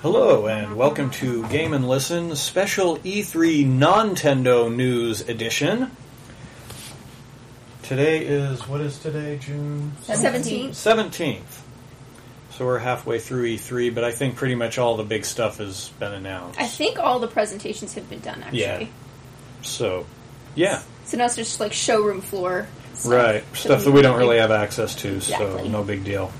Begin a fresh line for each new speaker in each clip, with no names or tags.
Hello, and welcome to Game and Listen Special E3 Nintendo News Edition. Today is what is today, June
Seventeenth.
seventeenth. So we're halfway through E3, but I think pretty much all the big stuff has been announced.
I think all the presentations have been done actually.
Yeah. So, yeah,
So now it's just like showroom floor. stuff
right,
to
stuff
the-
that we don't really have access to, so
Exactly.
no big deal.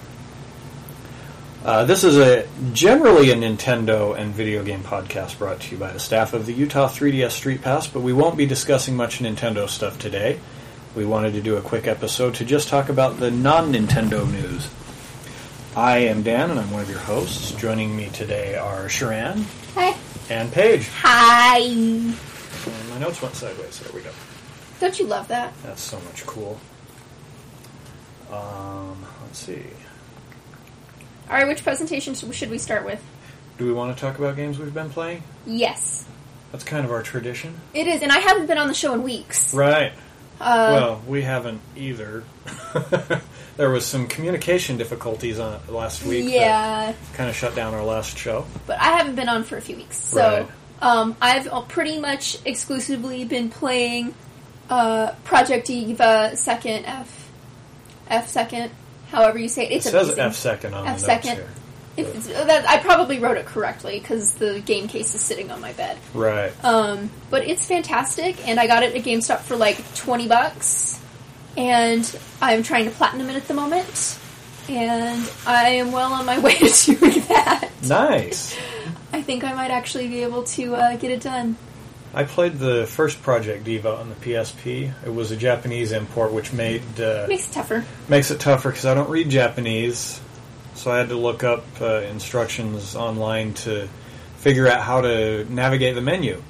Uh, this is a generally a Nintendo and video game podcast brought to you by the staff of the Utah 3DS Street Pass, but we won't be discussing much Nintendo stuff today. We wanted to do a quick episode to just talk about the non-Nintendo news. I am Dan, and I'm one of your hosts. Joining me today are Sharan
Hi.
and Paige.
Hi.
And my notes went sideways. There we go.
Don't you love that?
That's so much cool. Um, let's see.
All right, which presentation sh- should we start with?
Do we want to talk about games we've been playing?
Yes,
That's kind of our tradition.
it is, and I haven't been on the show in weeks.
Right.
Uh,
well, we haven't either. there was some communication difficulties on last week.
Yeah,
Kind of shut down our last show.
but I haven't been on for a few weeks, so um, I've uh, pretty much exclusively been playing uh, Project Eva Second F F Second, however you say it.
It
It's
says
amazing.
F second on
F
the
second.
notes
If it's, uh, that, I probably wrote it correctly because the game case is sitting on my bed.
here. Right.
Um, but it's fantastic, and I got it at GameStop for like twenty bucks, and I'm trying to platinum it at the moment, and I am well on my way to doing that.
nice.
I think I might actually be able to uh, get it done.
I played the first Project Diva on the PSP. It was a Japanese import, which made uh,
It makes it tougher.
makes it tougher because I don't read Japanese, so I had to look up uh, instructions online to figure out how to navigate the menu.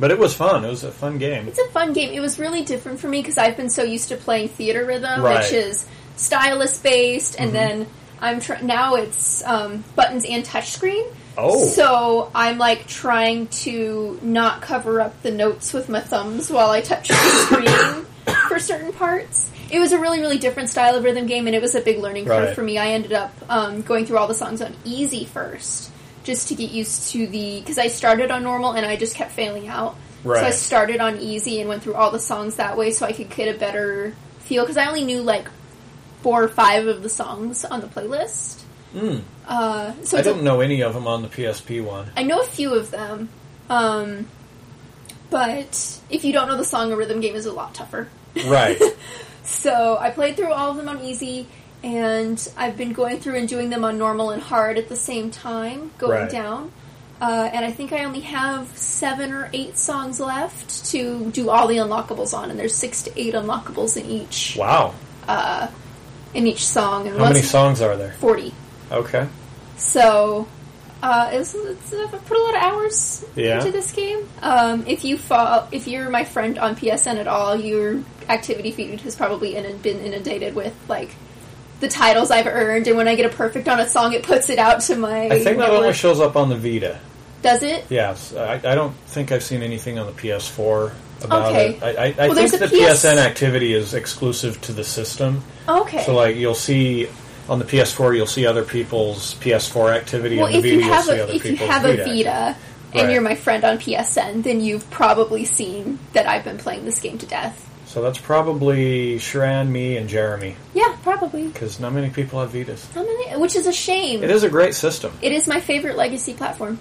But it was fun. It was a fun game.
It's a fun game. It was really different for me because I've been so used to playing theater rhythm,
Right. Mm-hmm.
which is stylus based, and then I'm tr- now it's um, buttons and touchscreen.
Oh.
So I'm like trying to not cover up the notes with my thumbs while I touch the screen for certain parts. It was a really, really different style of rhythm game, and it was a big learning curve
Right.
for me. I ended up um, going through all the songs on easy first, just to get used to the because I started on normal and I just kept failing out. So I
Right.
started on easy and went through all the songs that way so I could get a better feel because I only knew like four or five of the songs on the playlist. Uh, so
Hmm. I
it's a-
don't know any of them on the PSP one.
I know a few of them, um, but if you don't know the song, a rhythm game is a lot tougher.
Right.
So I played through all of them on easy, and I've been going through and doing them on normal and hard at the same time, going
Right.
down. Uh, and I think I only have seven or eight songs left to do all the unlockables on, and there's six to eight unlockables in each
wow.
in each song. And
How many
once-
songs are there?
Forty.
Okay.
So, uh, it's, it's, I put a lot of hours
Yeah.
into this game. Um, if you fall, if you're my friend on PSN at all, your activity feed has probably in, been inundated with like the titles I've earned, and when I get a perfect on a song, it puts it out to my.
I think that
network.
only shows up on the Vita.
Does it?
Yes, I, I don't think I've seen anything on the PS4 about
Okay.
it. I, I, I
Well,
think
there's a
the
PS
PSN activity is exclusive to the system.
Okay.
So like you'll see on the PS4, you'll see other people's PS4 activity.
well,
on the
if
Vita,
you have
will see
a
other
if you
people's
have a
Vita.
Vita and
Right.
you're my friend on PSN, then you've probably seen that I've been playing this game to death.
So that's probably Sharan, me, and Jeremy,
Yeah, probably.
because not many people have Vitas.
How many? Which is a shame.
It is a great system.
It is my favorite legacy platform.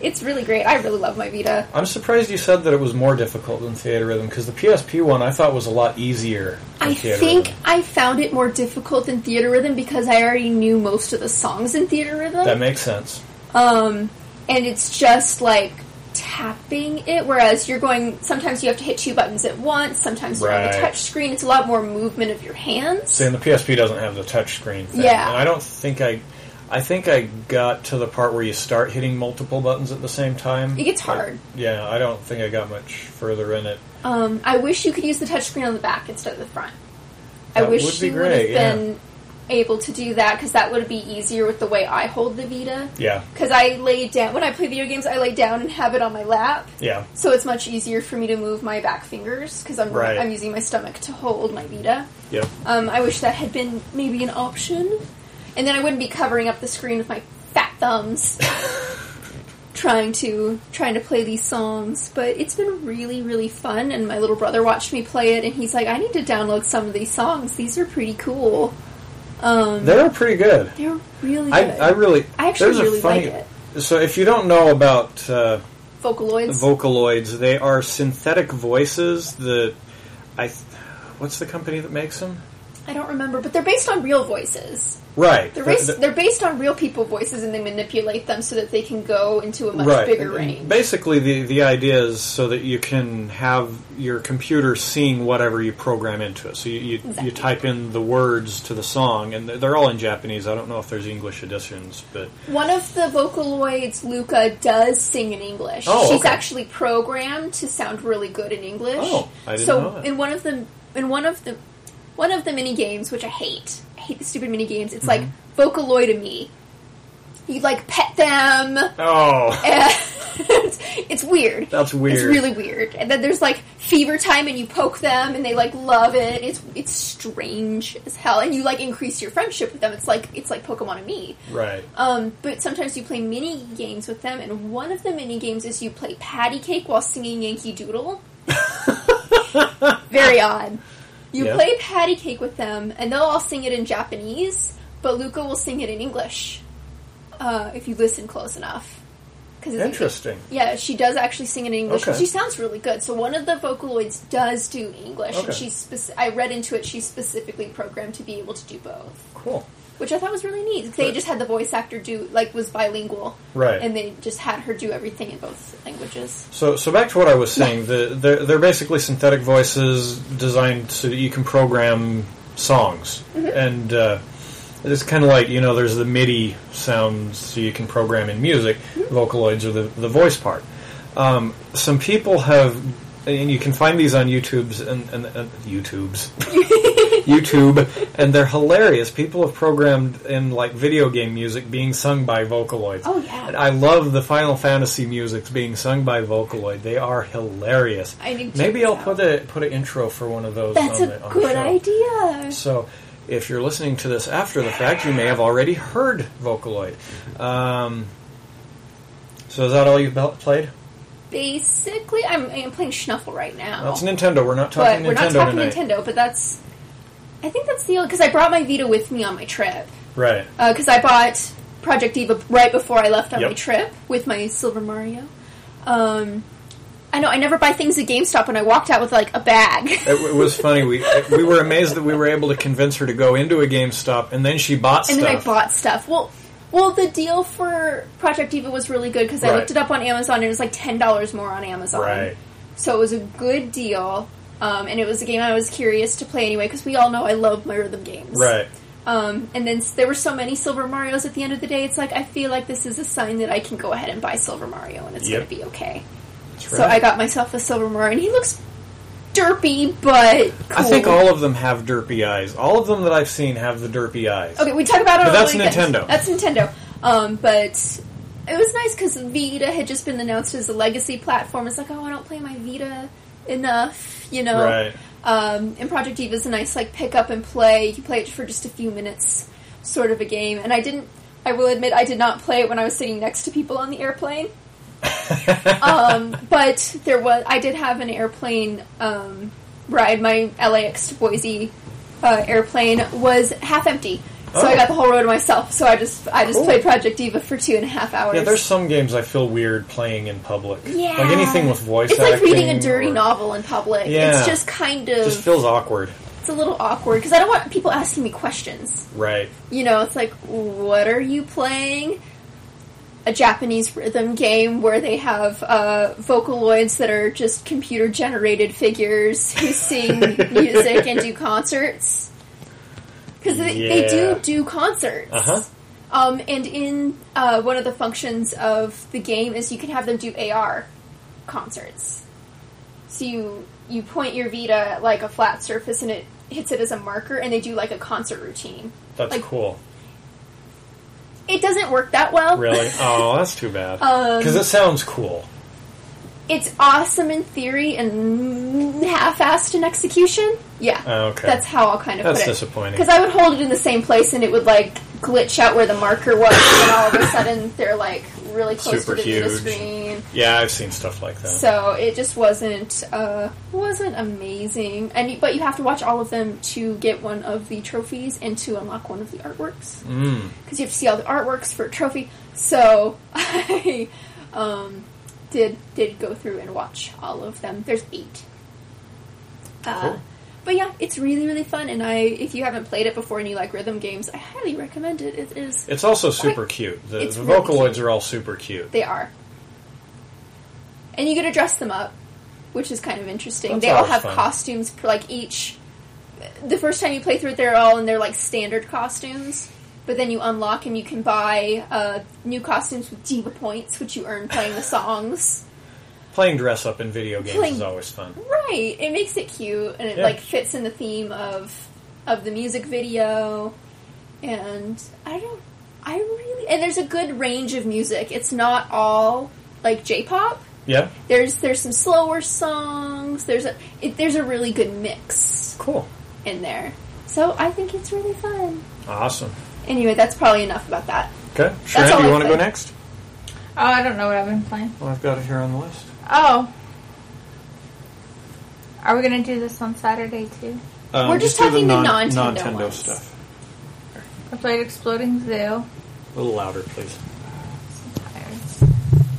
it's really great. I really love my Vita.
I'm surprised you said that it was more difficult than Theater Rhythm, because the PSP one I thought was a lot easier. Than
I
Theater
think
Rhythm.
I found it more difficult than Theater Rhythm because I already knew most of the songs in Theater Rhythm.
that makes sense.
um, and it's just like tapping it, whereas you're going, sometimes you have to hit two buttons at once, sometimes you're on the
Right.
touch screen. It's a lot more movement of your hands.
See, and the PSP doesn't have the touch screen thing.
Yeah.
And I don't think I. I think I got to the part where you start hitting multiple buttons at the same time.
It gets
But,
hard.
yeah, I don't think I got much further in it.
Um, I wish you could use the touchscreen on the back instead of the front. I
That
wish
would be
you
great,
would have
yeah.
been able to do that because that would be easier with the way I hold the Vita.
Yeah.
Because I lay down when I play video games, I lay down and have it on my lap.
Yeah.
So it's much easier for me to move my back fingers because I'm
Right.
I'm using my stomach to hold my Vita.
Yep.
Um, I wish that had been maybe an option, and then I wouldn't be covering up the screen with my fat thumbs, trying to trying to play these songs. But it's been really really fun, and my little brother watched me play it, and he's like, "I need to download some of these songs. These are pretty cool.
They were pretty good.
They're really
I,
good.
I really.
Um, I actually
there's
really
a funny,
like
So if you don't know about uh,
Vocaloids.
Vocaloids, they are synthetic voices that I. th- What's the company that makes them?
I don't remember, but they're based on real voices.
Right.
They're
The-
based,
the-
they're based on real people voices, and they manipulate them so that they can go into a much
right.
bigger
And- and
range.
Basically, the the idea is so that you can have your computer seeing whatever you program into it. So you you,
Exactly.
you type in the words to the song, and they're- they're all in Japanese. I don't know if there's English editions, but
One of the Vocaloids, Luca, does sing in English.
Oh,
She's
okay.
actually programmed to sound really good in English.
Oh, I didn't
so
know that.
in one of the in one of the one of the mini games, which I hate, I hate the stupid mini games. It's
Mm-hmm.
like Vocaloid to me. You like pet them.
oh,
and it's weird.
That's weird.
It's really weird. And then there's like fever time, and you poke them, and they like love it. It's it's strange as hell, and you like increase your friendship with them. It's like it's like Pokemon and me.
right.
Um, but sometimes you play mini games with them, and one of the mini games is you play patty cake while singing Yankee Doodle. Very odd. You
Yeah.
play patty cake with them, and they'll all sing it in Japanese, but Luca will sing it in English uh, if you listen close enough. 'Cause it's-
Interesting.
yeah, she does actually sing in English, and
Okay.
she sounds really good. So one of the Vocaloids does do English, and
Okay.
she's spec- I read into it she's specifically programmed to be able to do both
Cool.
which I thought was really neat. They just had the voice actor do like was bilingual,
Right.
And they just had her do everything in both languages.
So, so back to what I was saying. The, they're, they're basically synthetic voices designed so that you can program songs,
Mm-hmm.
and uh, it's kind of like you know, there's the MIDI sounds so you can program in music.
Mm-hmm.
Vocaloids are the the voice part. Um, some people have, and you can find these on YouTube's and, and, and YouTube's. YouTube, and they're hilarious. People have programmed in like video game music being sung by Vocaloids.
Oh, yeah.
And I love the Final Fantasy musics being sung by Vocaloid. They are hilarious.
I need to check
Maybe
this
I'll
out.
put a put an intro for one of those.
That's
on
a
the, on the
good
show.
idea.
So, if you're listening to this after the fact, you may have already heard Vocaloid. Um, so, is that all you've bel- played?
Basically, I'm, I'm playing Schnuffle right now,
That's Nintendo. We're not
but
talking
we're
Nintendo
not talking
tonight,
Nintendo. But that's I think that's the because I brought my Vita with me on my trip
right?
because I bought Project Eva right before I left on
Yep.
my trip with my Silver Mario. Um, I know I never buy things at GameStop, and I walked out with like a bag.
It, w- it was funny. We we were amazed that we were able to convince her to go into a GameStop, and then she bought
and
stuff.
then I bought stuff. Well, well, the deal for Project Eva was really good because I
Right.
looked it up on Amazon and it was like ten dollars more on Amazon.
Right.
So it was a good deal, um, and it was a game I was curious to play anyway because we all know I love my rhythm games.
Right.
Um, and then s- there were so many Silver Mario's at the end of the day. It's like I feel like this is a sign that I can go ahead and buy Silver Mario and it's
Yep.
going to be okay.
That's
So
right.
I got myself a Silver Mario, and he looks derpy but cool.
I think all of them have derpy eyes. All of them that I've seen have the derpy eyes.
Okay, we talk about it.
But
on
that's
the weekend.
Nintendo.
That's Nintendo. Um, but it was nice because Vita had just been announced as a legacy platform. It's like, oh, I don't play my Vita enough, you know.
Right.
Um, and Project Eve is a nice like pick up and play. You can play it for just a few minutes, sort of a game. And I didn't. I will admit, I did not play it when I was sitting next to people on the airplane. um, but there was I did have an airplane um, ride. My LAX to Boise uh, airplane was half empty, so I
Oh.
got the whole road to myself. So I just I just
Cool.
played Project Diva for two and a half hours.
Yeah, there's some games I feel weird playing in public.
Yeah.
Like anything with voice
It's like reading a
acting
dirty
or-
novel in public.
Yeah.
It's just kind of
just feels awkward.
it's a little awkward because I don't want people asking me questions.
Right.
You know, it's like, what are you playing? A Japanese rhythm game where they have uh, Vocaloids that are just computer generated figures who sing music and do concerts. Because they, they
Yeah.
do do concerts.
Uh-huh.
Um, and in uh, one of the functions of the game is you can have them do AR concerts. So you you point your Vita at like a flat surface and it hits it as a marker, and they do like a concert routine.
That's
like,
cool.
It doesn't work that well.
Really? Oh, that's too bad.
Um,
Because it sounds cool.
It's awesome in theory and half-assed in execution. Yeah.
Oh, okay.
That's how I'll kind of
That's
put it.
disappointing.
Because I would hold it in the same place and it would like glitch out where the marker was, and all of a sudden they're like really close
Super
to the Vita
huge.
screen.
Yeah, I've seen stuff like that.
So it just wasn't uh, wasn't amazing. And you, but you have to watch all of them to get one of the trophies and to unlock one of the artworks because you have to see all the artworks for a trophy. So I um, did did go through and watch all of them. There's eight. Uh,
Cool.
But yeah, it's really really fun, and I if you haven't played it before and you like rhythm games, I highly recommend it. It is
It's also super cute. The,
It's
the
really
Vocaloids
cute.
are all super cute.
They are. And you get to dress them up, which is kind of interesting.
That's
they all
always
have
fun.
costumes for like each. The first time you play through it, they're all in their like standard costumes. But then you unlock and you can buy uh, new costumes with diva points, which you earn playing the songs.
Playing dress up in video games
Playing-
is always fun.
Right, it makes it cute, and it
Yeah.
like fits in the theme of of the music video. And I don't, I really, and there's a good range of music. It's not all like J-pop.
Yeah?
There's there's some slower songs. There's a it, there's a really good mix
Cool.
in there. So I think it's really fun.
Awesome.
Anyway, that's probably enough about that.
Okay.
That's
Sharon,
all
do you
I
want to go
played.
next?
Oh, I don't know what I've been playing.
Well, I've got it here on the list.
Oh. Are we gonna do this on Saturday too?
Um,
We're just
do
talking the
non-
non-Tendo
non-Tendo
ones.
stuff.
I played Exploding Zoo.
A little louder, please.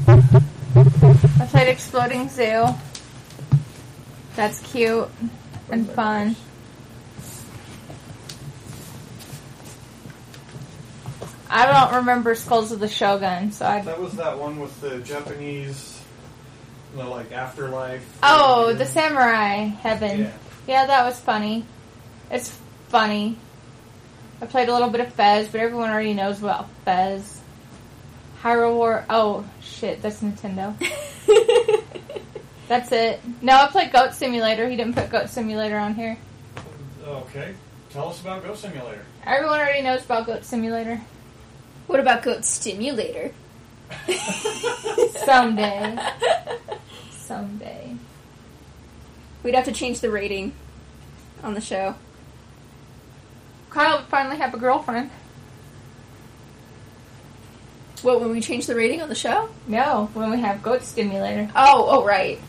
I played Exploding Zoo. That's cute and fun. I don't remember Skulls of the Shogun, so I.
That was that one with the Japanese, the like afterlife.
Oh, the Samurai Heaven.
Yeah.
Yeah. that was funny. It's funny. I played a little bit of Fez, but everyone already knows about Fez. Hyrule War. Oh, shit, that's Nintendo. That's it. No, I played Goat Simulator. He didn't put Goat Simulator on here.
Okay, tell us about Ghost Simulator.
Everyone already knows about Goat Simulator.
What about Goat Stimulator?
Someday. Someday.
We'd have to change the rating on the show.
Kyle would finally have a girlfriend.
What when we change the rating on the show?
No, when we have Goat Stimulator.
Oh, oh right.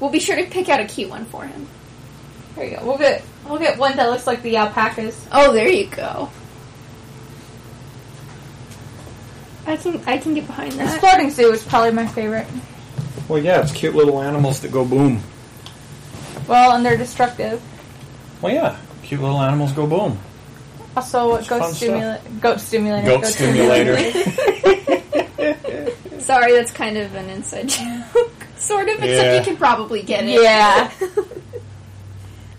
We'll be sure to pick out a cute one for him.
There you go. We'll get we'll get one that looks like the alpacas.
Oh, there you go. I can I can get behind that.
Exploding Zoo is probably my favorite.
Well, yeah, it's cute little animals that go boom.
Well, and they're destructive.
Well, yeah, cute little animals go boom.
Also, what
fun
Goat,
stuff.
stimula- Goat Stimulator.
Goat stimulator.
Sorry, that's kind of an inside joke, sort of. Except
Yeah.
you can probably get it.
Yeah.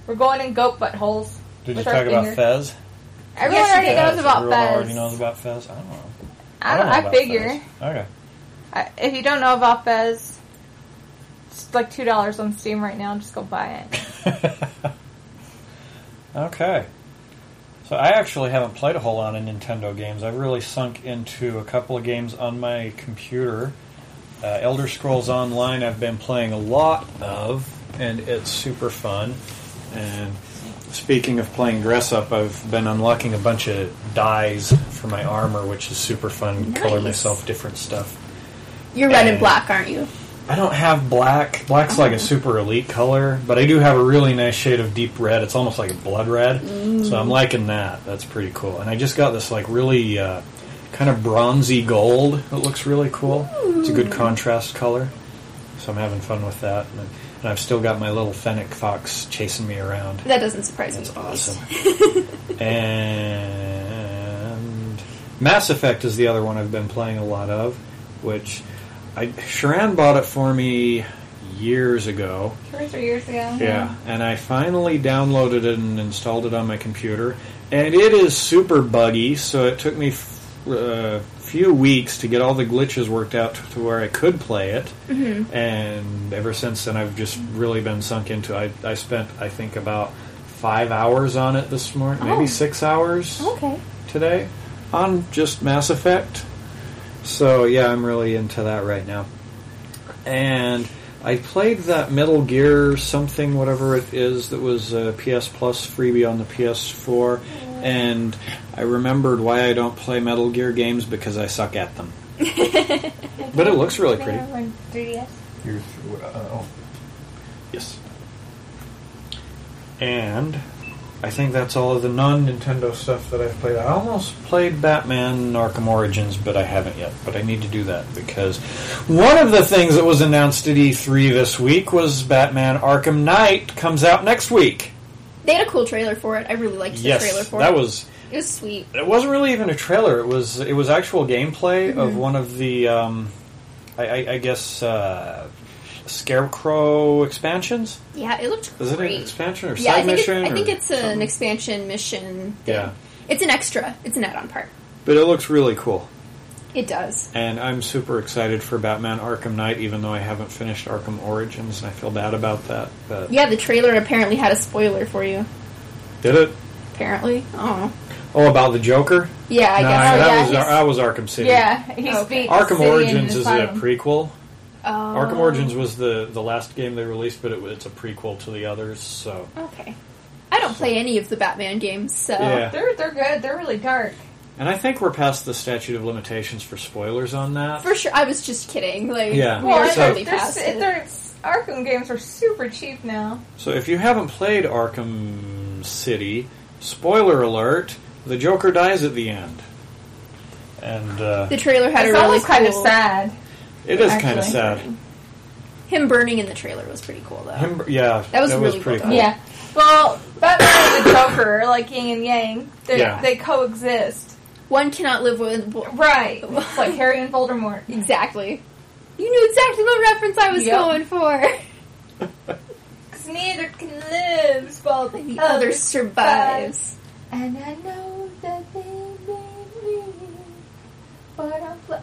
We're going in goat buttholes.
Did you
With
talk
our
about
finger.
Fez?
Everyone
Yes, you
already
did.
knows about
Everyone
Fez.
already knows about Fez? I don't know.
I don't.
know
I
about
figure.
Fez. Okay.
I, if you don't know about Fez, it's like two dollars on Steam right now. Just go buy it.
Okay. So I actually haven't played a whole lot of Nintendo games. I've really sunk into a couple of games on my computer. Uh, Elder Scrolls Online I've been playing a lot of, and it's super fun. And speaking of playing dress up, I've been unlocking a bunch of dyes for my armor, which is super fun. Color myself different stuff.
You're red and
And-
black, aren't you?
I don't have black. Black's like a super elite color, but I do have a really nice shade of deep red. It's almost like a blood red. So I'm liking that. That's pretty cool. And I just got this like really uh, kind of bronzy gold that looks really cool. It's a good contrast color. So I'm having fun with that. And, and I've still got my little fennec fox chasing me around.
That doesn't surprise
That's
me.
awesome. and Mass Effect is the other one I've been playing a lot of, which I Sharan bought it for me years ago.
Two or three years ago.
Yeah. And I finally downloaded it and installed it on my computer. And it is super buggy, so it took me f- uh, few weeks to get all the glitches worked out to, to where I could play it.
Mm-hmm.
And ever since then, I've just really been sunk into it. I, I spent, I think, about five hours on it this morning,
Oh.
maybe six hours
Okay.
today on just Mass Effect. So yeah, I'm really into that right now. And I played that Metal Gear something, whatever it is, that was a PS Plus freebie on the PS4, and I remembered why I don't play Metal Gear games because I suck at them. but it looks really pretty.
Yeah, when 3DS.
Here's, uh, oh,
Yes. And I think that's all of the non Nintendo stuff that I've played. I almost played Batman Arkham Origins, but I haven't yet. But I need to do that because one of the things that was announced at E3 this week was Batman Arkham Knight comes out next week.
They had a cool trailer for it. I really liked the trailer
Yes,
for
that
it.
was.
it was sweet.
It wasn't really even a trailer. It was it was actual gameplay
Mm-hmm.
of one of the, um, I, I, I guess, uh, Scarecrow expansions.
Yeah, it looked
Is it
great.
an expansion or
yeah,
side
I think,
mission?
It, I think
or
it's an
something?
expansion mission.
Yeah,
It's an extra. It's an add-on part.
but it looks really cool,
It does.
and I'm super excited for Batman Arkham Knight. Even though I haven't finished Arkham Origins, and I feel bad about that. But
Yeah, the trailer apparently had a spoiler for you.
did it?
Apparently. Oh.
Oh, about the Joker?
Yeah, I
no,
guess.
Oh,
so.
that
yeah,
was
he's-
that was Arkham City.
Yeah, he
Okay.
speaks.
Arkham
City
Origins
and
is a
Asylum.
prequel.
Oh.
Arkham Origins was the the last game they released, but it, was- it's a prequel to the others. So
Oh, Okay. I don't play any of the Batman games,
Oh.
so
Yeah.
They're they're good. They're really dark.
and I think we're past the statute of limitations for spoilers on that.
for sure I was just kidding. Like
Yeah.
we were
Well,
totally
they're,
past
they're,
it.
they're- Arkham games are super cheap now.
So if you haven't played Arkham City, spoiler alert: the Joker dies at the end, and uh,
the trailer had
It's
a really
always
cool,
kind of sad.
it is kind
actually.
of sad.
Him burning in the trailer was pretty cool though.
Him, yeah,
That was really
pretty
well
cool.
Yeah. Well, Batman and the Joker, are like yin and yang, they,
Yeah.
they coexist.
One cannot live with
Right. It's like Harry and Voldemort.
exactly. You knew exactly what reference I was
Yep.
going for.
Because neither can live while
The other survives.
And I know that they made me, but I'm. Fl-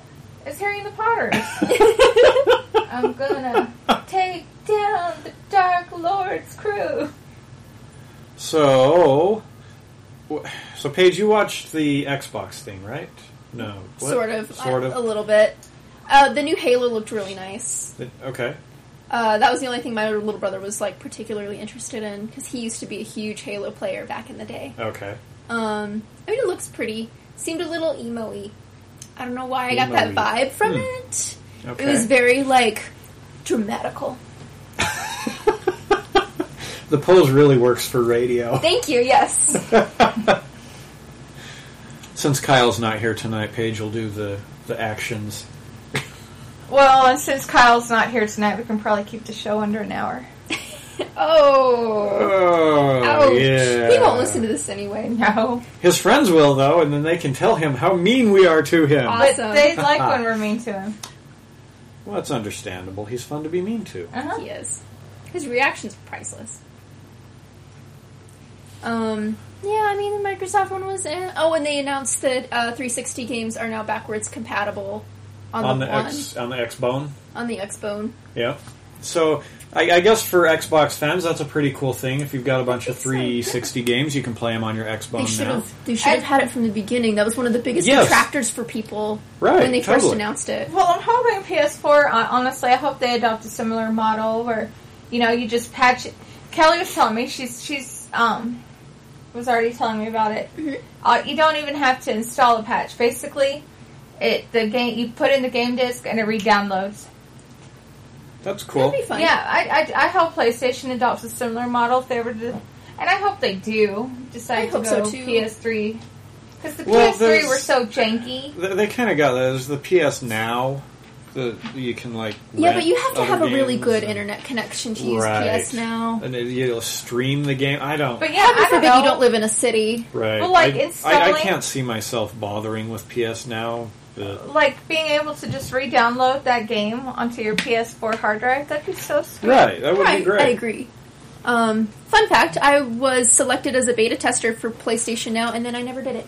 it's Harry and the Potters. I'm gonna take down the Dark Lord's crew.
So, wh- so Paige, you watched the Xbox thing, right? No, What?
Sort of,
sort
uh,
of.
a little bit. Uh, the new Halo looked really nice.
okay,
Uh, that was the only thing my little brother was like particularly interested in because he used to be a huge Halo player back in the day.
okay.
Um, I mean, it looks pretty. Seemed a little emo-y. I don't know why I got that
Emo-y.
vibe from
Hmm.
it.
Okay.
It was very like dramatical.
the pose really works for radio.
Thank you. Yes.
Since Kyle's not here tonight, Paige will do the the actions.
Well, and since Kyle's not here tonight, we can probably keep the show under an hour.
oh.
Oh,
Ouch.
yeah.
He won't listen to this anyway.
No.
His friends will, though, and then they can tell him how mean we are to him.
Aw.
But
Awesome.
they like when we're mean to him.
Well, that's understandable. He's fun to be mean to.
Uh-huh.
He is. His reactions were priceless. Um. Yeah, I mean the Microsoft one was. Eh. Oh, and they announced that uh, 360 games are now backwards compatible on,
On
the,
the
one
X on the X Bone.
on the Xbone.
Yeah. So I, I guess for Xbox fans, that's a pretty cool thing. If you've got a bunch of 360 games, you can play them on your X Bone
They should
now.
have. They should have
I-
had it from the beginning. That was one of the biggest
Oh, Yes.
detractors for people
Right,
when they first
totally.
announced it.
Well, I'm hoping PS4. hon- uh, Honestly, I hope they adopt a similar model where, you know, you just patch. It. Kelly was telling me she's she's um was already telling me about it. Uh, you don't even have to install a patch. Basically, It the game you put in the game disc and it re-downloads.
That's cool.
That'd be fun.
Yeah, I, I I hope PlayStation adopts a similar model if they ever do, and I hope they do decide
I hope
to
so,
go
too.
PS3 because the
Well,
PS3 were
there's-
so janky.
They, they kind of got that. There's the PS Now that you can like.
Yeah,
rent
but you have to
other
have a really
games
good
and-
internet connection to use
Right.
PS Now.
And it- you'll stream the game. I don't.
But yeah,
Heaven
I don't
forbid
know.
you don't live in a city.
right.
Well, like,
I, I, I
installing-
can't see myself bothering with PS Now. But
like being able to just re-download that game onto your PS4 hard drive. That'd be so sweet.
right, that would be
Right,
great.
I agree. Um, fun fact: I was selected as a beta tester for PlayStation Now, and then I never did it.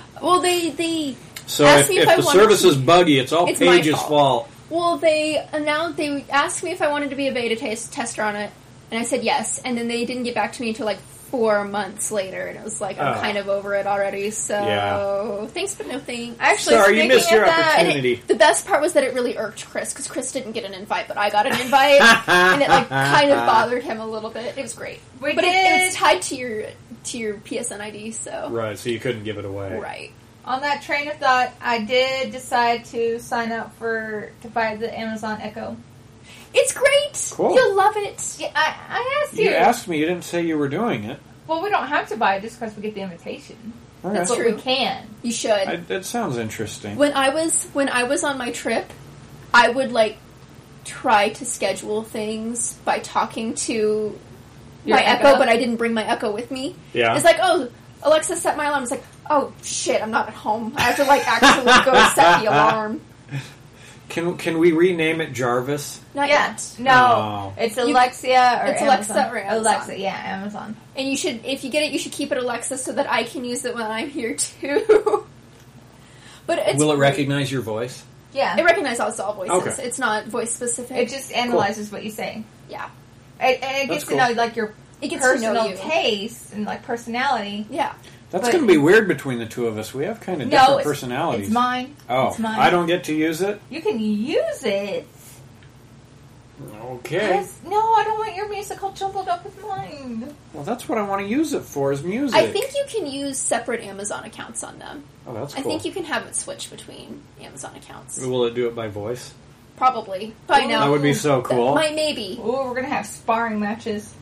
well, they they
So
Ask
if,
me if
if
I
the
wanted
service
to-
is buggy, it's all
It's my
Paige's
fault.
fault.
well they announced they asked me if I wanted to be a beta tas- tester on it, and I said yes, and then they didn't get back to me until like four months later, and it was like I'm
Oh.
kind of over it already. So
Yeah.
thanks, but no thanks.
Actually,
Sorry, you
speaking
missed your
of that,
And
Unity.
it, the best part was that it really irked Chris because Chris didn't get an invite, but I got an invite, and it like kind of bothered him a little bit. It was great,
We
but It, it
did.
was tied to your to your PSN ID, so
Right, so you couldn't give it away.
right.
on that train of thought, I did decide to sign up for to buy the Amazon Echo.
It's great.
Cool.
You'll love it.
Yeah, I, I asked you.
You asked me. You didn't say you were doing it.
Well, we don't have to buy it just because we get the invitation,
All
That's
right.
but
True.
we can.
You should.
I, that sounds interesting.
when I was when I was on my trip, I would like try to schedule things by talking to
Your
my Echo,
Echo?
but I didn't bring my Echo with me.
Yeah.
It's like, oh, Alexa set my alarm. It's like, oh shit, I'm not at home. I have to like actually go set the alarm.
Can can we rename it Jarvis?
Not
Yeah,
yet.
no,
Oh.
it's
You-
Alexia or
it's
Amazon.
Alexa or Amazon.
Alexa, yeah, Amazon.
And you should, if you get it, you should keep it Alexa so that I can use it when I'm here too. but it's
Will it recognize your voice?
Yeah,
It
it,
recognizes all- all voices.
Okay.
It's not voice specific.
just analyzes what you say,
yeah,
it, and it gets
cool.
to know like your
It gets to know
personal
you.
taste and like personality.
yeah.
That's
But-
going to be weird between the two of us. We have kind of
no,
different
it's,
personalities.
It's mine.
Oh,
it's mine.
I don't get to use it.
You can use it.
Okay.
Yes. No, I don't want your music all jumbled up with mine.
Well, that's what I want to use it for is music.
I think you can use separate Amazon accounts on them.
Oh, that's
I
cool.
think you can have it switch between Amazon accounts.
Will it do it by voice?
Probably by now.
That would be so cool.
Might maybe,
Ooh, we're gonna have sparring matches.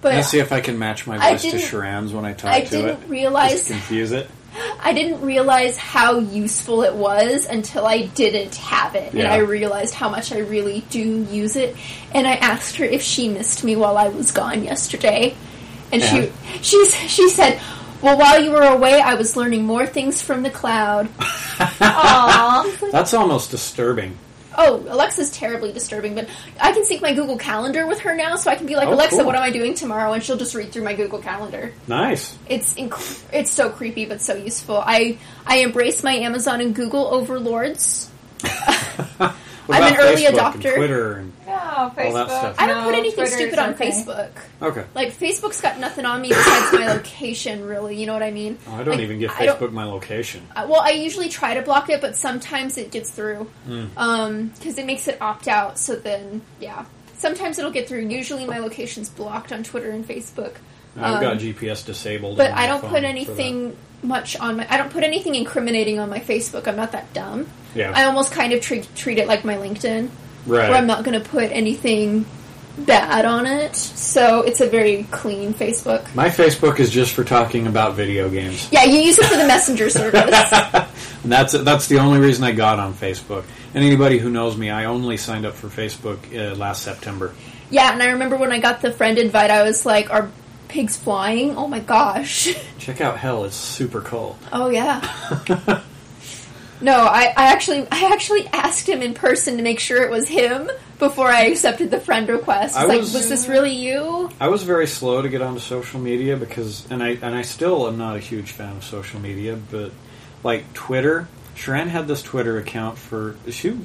but
Let's see if I can match my
I
voice to
didn't-
Sharan's when I talk
I
to
didn't
it.
realize-
Just confuse it.
I didn't realize how useful it was until I didn't have it. And
Yeah.
I realized how much I really do use it. And I asked her if she missed me while I was gone yesterday. And
Yeah.
she she's she said, Well while you were away I was learning more things from the cloud.
Aww.
That's almost disturbing.
Oh, Alexa's terribly disturbing, but I can sync my Google Calendar with her now, so I can be like,
Oh,
Alexa,
cool.
what am I doing tomorrow? And she'll just read through my Google Calendar.
Nice.
It's inc- it's so creepy, but so useful. I I embrace my Amazon and Google overlords.
What
I'm an
about
early
Facebook
adopter.
And Twitter and
no, Facebook.
that stuff.
I don't
no,
put anything
Twitter
stupid
is
on
okay.
Facebook.
okay.
Like Facebook's got nothing on me besides my location, really. You know what I mean?
Oh, I don't
Like,
even get
I don't-
Facebook my location.
uh, well, I usually try to block it, but sometimes it gets through
Hmm.
because it makes it opt out. So then, yeah, sometimes it'll get through. Usually, my location's blocked on Twitter and Facebook.
I've
Um,
got GPS disabled.
but
on my
I don't
phone
put
for
anything much on my. I don't put anything incriminating on my Facebook. I'm not that dumb.
Yeah.
I almost kind of treat treat it like my LinkedIn,
that. Right.
where I'm not going to put anything bad on it. So it's a very clean Facebook.
My Facebook is just for talking about video games.
Yeah, you use it for the messenger service.
And that's that's the only reason I got on Facebook. And anybody who knows me, I only signed up for Facebook uh, last September.
Yeah, and I remember when I got the friend invite, I was like, "Are pigs flying? Oh my gosh!
Check out hell; it's super cool.
Oh yeah." no, I, I actually I actually asked him in person to make sure it was him before I accepted the friend request.
I
like,
was-
was, this really you?
I was very slow to get onto social media because, and I and I still am not a huge fan of social media, but like Twitter, Sharan had this Twitter account for she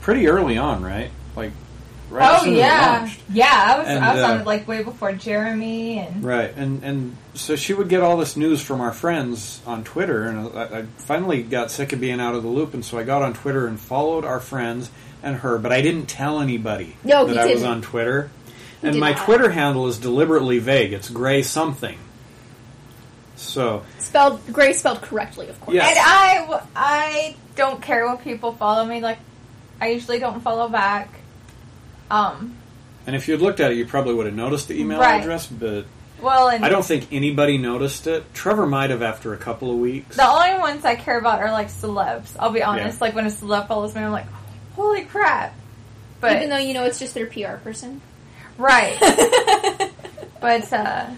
pretty early on, right? Like, right as
Oh
soon as it
yeah,
launched.
yeah. I was
And,
I was on
uh,
it like way before Jeremy and
Right, and and so she would get all this news from our friends on Twitter, and I, I finally got sick of being out of the loop, and so I got on Twitter and followed our friends and her, but I didn't tell anybody
No,
that
you
I was
didn't.
on Twitter.
You
and
did
my
not.
Twitter handle is deliberately vague. It's gray something. So
Spelled Gray spelled correctly, of course.
Yeah.
And I, w- I don't care when people follow me. Like, I usually don't follow back. Um,
and if you had looked at it, you probably would have noticed the email
Right.
address, but
well, and
I don't think anybody noticed it. Trevor might have after a couple of weeks.
the only ones I care about are like celebs. I'll be honest.
Yeah.
Like when a celeb follows me, I'm like, holy crap! But
Even though you know it's just their PR person.
right, but uh,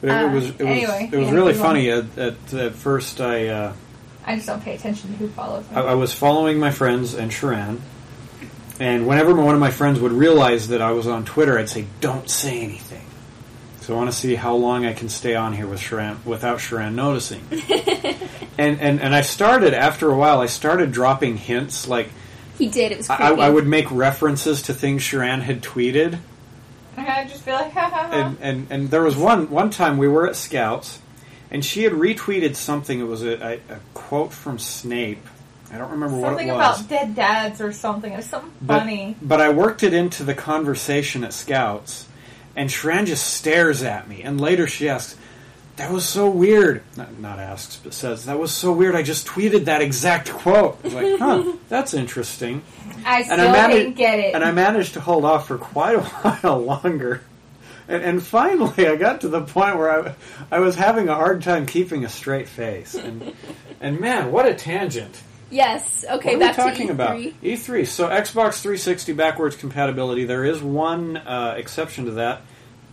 But it,
Uh,
was it was
anyway,
it was
yeah,
really
move on.
funny. At, at, at first, I, uh,
I just don't pay attention to who follows me.
I I was following my friends and Sharan, and whenever one of my friends would realize that I was on Twitter, I'd say, "Don't say anything." So I want to see how long I can stay on here with Sharan without Sharan noticing. and, and and I started after a while. I started dropping hints like.
He did. It was creepy.
I, I would make references to things Sharan had tweeted,
And I'd just be like, ha ha ha.
and, and, and there was one one time we were at Scouts, and she had retweeted something. It was a, a, a quote from Snape. I don't remember what
something
it was.
about dead dads or something. It was something
but,
funny.
But I worked it into the conversation at Scouts, and Sharan just stares at me. And later she asks, "That was so weird." Not, not asks, but says, "That was so weird." I just tweeted that exact quote. I was like, "Huh, that's interesting."
I still
and I managed,
didn't get it.
And I managed to hold off for quite a while longer. And, and finally, I got to the point where I, I was having a hard time keeping a straight face. And, and man, what a tangent.
yes. Okay.
what are we
back
talking
to E E3.
about? E3. So, Xbox 360 backwards compatibility. There is one uh, exception to that.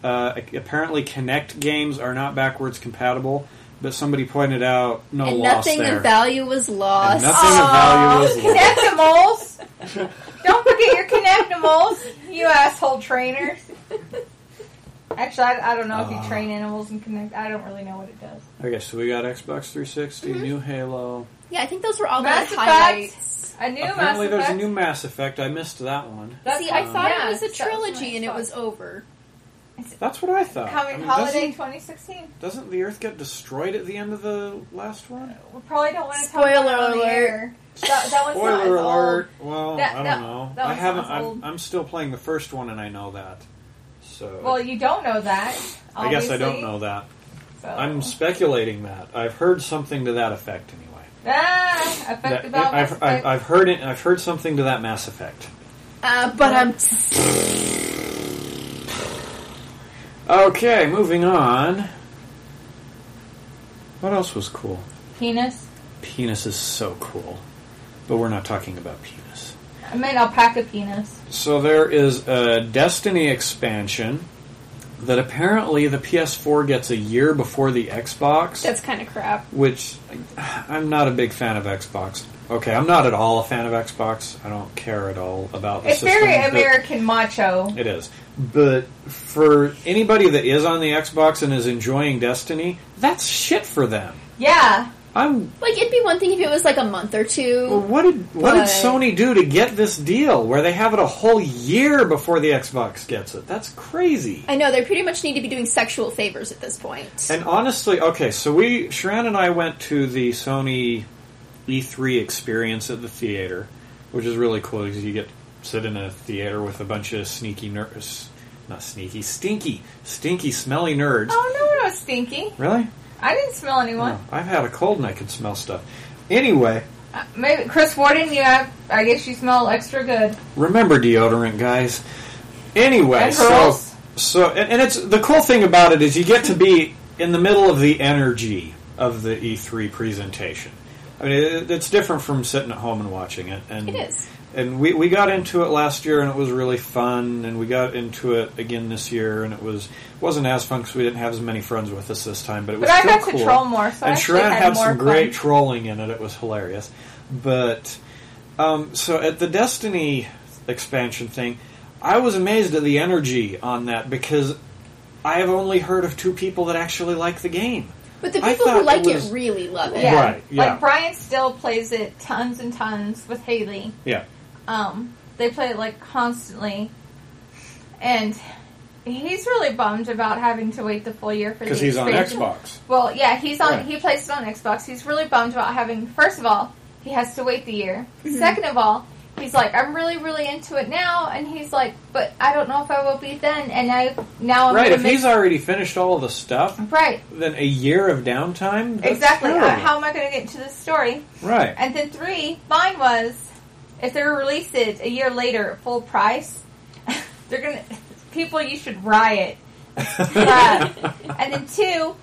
Uh, apparently, Kinect games are not backwards compatible, but somebody pointed out no
And
loss
nothing
there.
of value was
And
lost.
nothing of value is lost.
Connectimals! Don't forget your connectimals, you asshole trainers. Actually, I, I don't know if
Uh.
you train animals and connect. I don't really know what it does.
Okay, so we got Xbox 360,
Mm-hmm.
new Halo.
Yeah, I think those were all the
Mass Effect.
highlights.
A new
Apparently,
Mass
there's a
Effect.
new Mass Effect. I missed that one.
That's
See, I
fine.
thought
Yeah,
it was a
um, that my
trilogy and it
thought.
was over.
That's what I thought.
coming
I mean,
holiday
Doesn't,
2016.
doesn't the Earth get destroyed at the end of the last one?
We probably don't want to talk
Spoiler
about it on the
alert.
air. That, that one's not as
Spoiler alert.
old.
Well,
That-
I don't
that-
know.
that
I
one's
haven't.
not as old.
I'm, I'm still playing the first one, and I know that. So
Well, you don't know that.
I guess I don't
obviously, Oh.
know that.
so.
I'm speculating that. I've heard something to that effect anyway.
ah,
That-
affected by
I've,
Mass
I've,
Effect.
I've heard it. I've heard something to that Mass Effect.
Uh, but I'm.
Okay, moving on. What else was cool?
Penis.
Penis is so cool. But we're not talking about penis.
I meant alpaca penis.
So there is a Destiny expansion that apparently the PS4 gets a year before the Xbox,
That's kind of crap.
which I'm not a big fan of Xbox. Okay, I'm not at all a fan of Xbox. I don't care at all about the
It's
system,
very
but-
American macho.
It is. But for anybody that is on the Xbox and is enjoying Destiny, that's shit for them.
Yeah.
I'm
Like it'd be one thing if it was like a month or two.
Well, what did what did
But-
Sony do to get this deal where they have it a whole year before the Xbox gets it? That's crazy.
I know they pretty much need to be doing sexual favors at this point.
And honestly, okay, so we Sharon and I went to the Sony E3 experience at the theater, which is really cool because you get to sit in a theater with a bunch of sneaky nerds, not sneaky, stinky, stinky, smelly nerds.
Oh no, one was stinky.
Really?
I didn't smell anyone.
No, I've had a cold and I can smell stuff. Anyway,
Uh, maybe Chris Warden, you have. I guess you smell extra good.
remember deodorant, guys. Anyway,
And
so
girls.
so and, and it's the cool thing about it is you get to be in the middle of the energy of the E3 presentation. I mean, it, it's different from sitting at home and watching it. And
It is.
And we, we got into it last year and it was really fun. And we got into it again this year and it was wasn't as fun because we didn't have as many friends with us this time. But it was
But I
still
got to
cool.
troll more, so I
and
actually
Sharon
had more
some great
fun.
trolling in it. It was hilarious. But um, so at the Destiny expansion thing, I was amazed at the energy on that because I have only heard of two people that actually like the game.
but the
I
people
thought
who
it
like it,
was-
really love it.
Yeah.
Right, yeah.
Like Brian still plays it tons and tons with Haley.
Yeah.
Um, they play it like constantly, and he's really bummed about having to wait the full year for the
Because he's on
expansion.
Xbox.
Well, yeah, he's on.
Right.
He plays it on Xbox. He's really bummed about having. First of all, he has to wait the year. Second of all, he He's like, I'm really, really into it now, and he's like, but I don't know if I will be then. And I now I'm
Right,
gonna
if he's already finished all the stuff,
mix- right,
then a year of downtime. That's
exactly. Uh,
terrible.
how am I going to get to this story?
right.
And then three, mine was if they were released it a year later at full price, they're gonna people you should riot. Uh, and then two,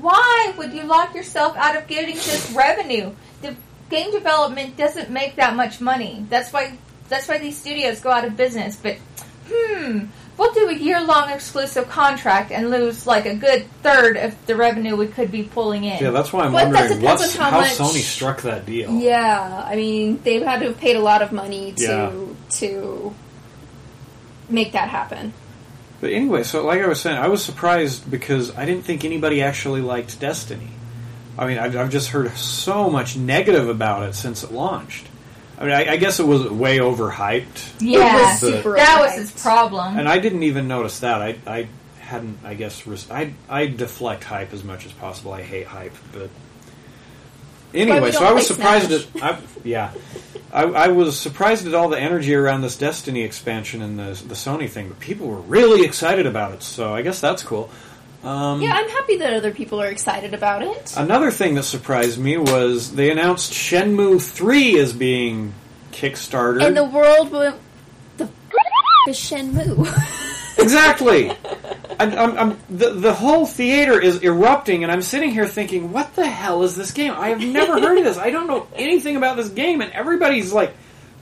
why would you lock yourself out of getting this revenue? The game development doesn't make that much money. That's why that's why these studios go out of business. But hmm, we'll do a year long exclusive contract and lose like a good third of the revenue we could be pulling in.
yeah, that's why I'm
But that
wondering
depends
what's,
on how
how
much-
Sony struck that deal.
Yeah, I mean, they've had to have paid a lot of money to
Yeah.
to make that happen.
But anyway, so like I was saying, I was surprised because I didn't think anybody actually liked Destiny. I mean, I've, I've just heard so much negative about it since it launched. I mean, I, I guess it was way overhyped,
yeah,
was super
that was
overhyped.
his problem.
and I didn't even notice that. I, I hadn't, I guess, res- I, I deflect hype as much as possible. I hate hype, but anyway,
we
so
don't
I was
play
surprised
Smash.
at, I, yeah, I, I was surprised at all the energy around this Destiny expansion and the the Sony thing. But people were really excited about it, so I guess that's cool. Um,
yeah, I'm happy that other people are excited about it.
Another thing that surprised me was they announced Shenmue 3 as being Kickstarter.
and the world went. The f- is Shenmue.
exactly. I'm, I'm, I'm, the, the whole theater is erupting, and I'm sitting here thinking, what the hell is this game? I have never heard of this. I don't know anything about this game, and everybody's like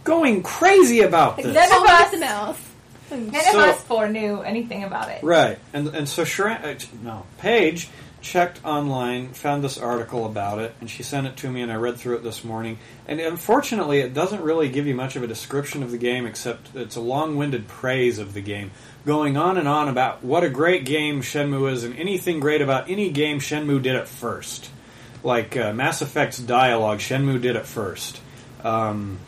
going crazy about this.
None of
Foam at
us-
the mouth.
None
So-
of us four knew anything about it.
Right, and and so Sharon, uh, no, Paige checked online, found this article about it, and she sent it to me, and I read through it this morning. And unfortunately, it doesn't really give you much of a description of the game, except it's a long-winded praise of the game, going on and on about what a great game Shenmue is, and anything great about any game Shenmue did it first, like uh, Mass Effect's dialogue. Shenmue did it first. Um,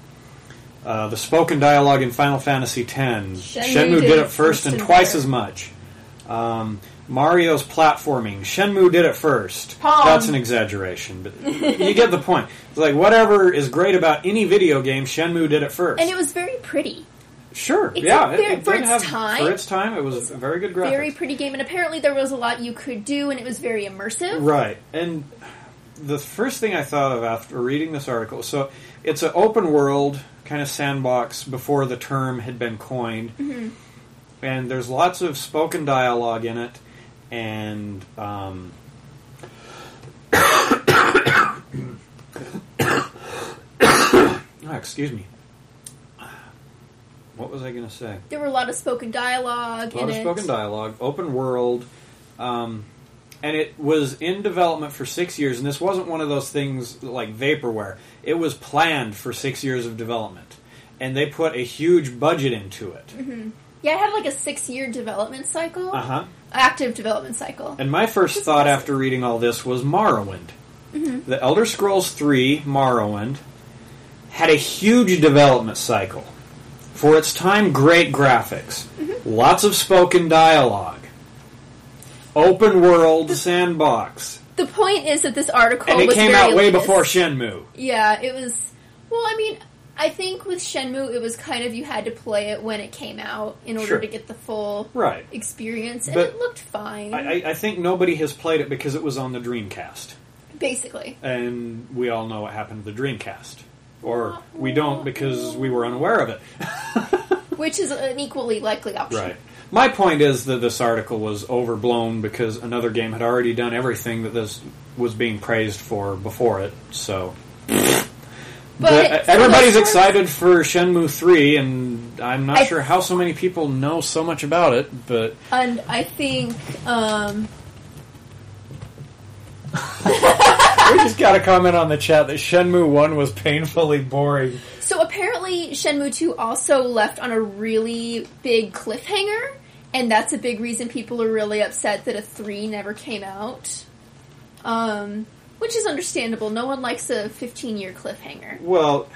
uh, the spoken dialogue in Final Fantasy X. Shenmue, did it first and twice
better.
as much. Um, Mario's platforming. Shenmue did it first.
Pong.
That's an exaggeration, but you get the point. It's like whatever is great about any video game, Shenmue did it first.
And it was very pretty.
sure,
it's
yeah,
a
it-
very-
it
for
did
its
have-
time-
For its time, it was a very good graphics.
Very pretty game, and apparently there was a lot you could do, and it was very immersive.
Right. And the first thing I thought of after reading this article so it's an open world kind of sandbox before the term had been coined. And there's lots of spoken dialogue in it. And um, oh, excuse me. What was I going to say?
There were a lot of spoken dialogue
A lot
in
of
it.
spoken dialogue, open world, um, and it was in development for six years. And this wasn't one of those things like vaporware. It was planned for six years of development, and they put a huge budget into it.
yeah, I had like a six-year development cycle,
Uh huh.
active development cycle.
And my first thought after reading all this was Morrowind.
Mm-hmm.
The Elder Scrolls Three Morrowind had a huge development cycle. For its time, great graphics,
Mm-hmm.
lots of spoken dialogue, open world sandbox,
the point is that this article
and it
was
came
very
out way
elitist.
before Shenmue.
Yeah, it was. Well, I mean, I think with Shenmue, it was kind of you had to play it when it came out in order
Sure.
to get the full
Right.
experience, and
But-
it looked fine,
I, I- I think nobody has played it because it was on the Dreamcast,
basically.
and we all know what happened to the Dreamcast, or we don't because we were unaware of it.
Which is an equally likely option.
Right. My point is that this article was overblown because another game had already done everything that this was being praised for before it. So
But
But uh,
for
everybody's
the most part,
excited for Shenmue 3 and I'm not
I-
sure how so many people know so much about it, but
And I think um,
we just got a comment on the chat that Shenmue 1 was painfully boring.
so. Apparently, Shenmue two also left on a really big cliffhanger, and that's a big reason people are really upset that a three never came out. Um, which is understandable. No one likes a fifteen year cliffhanger.
Well,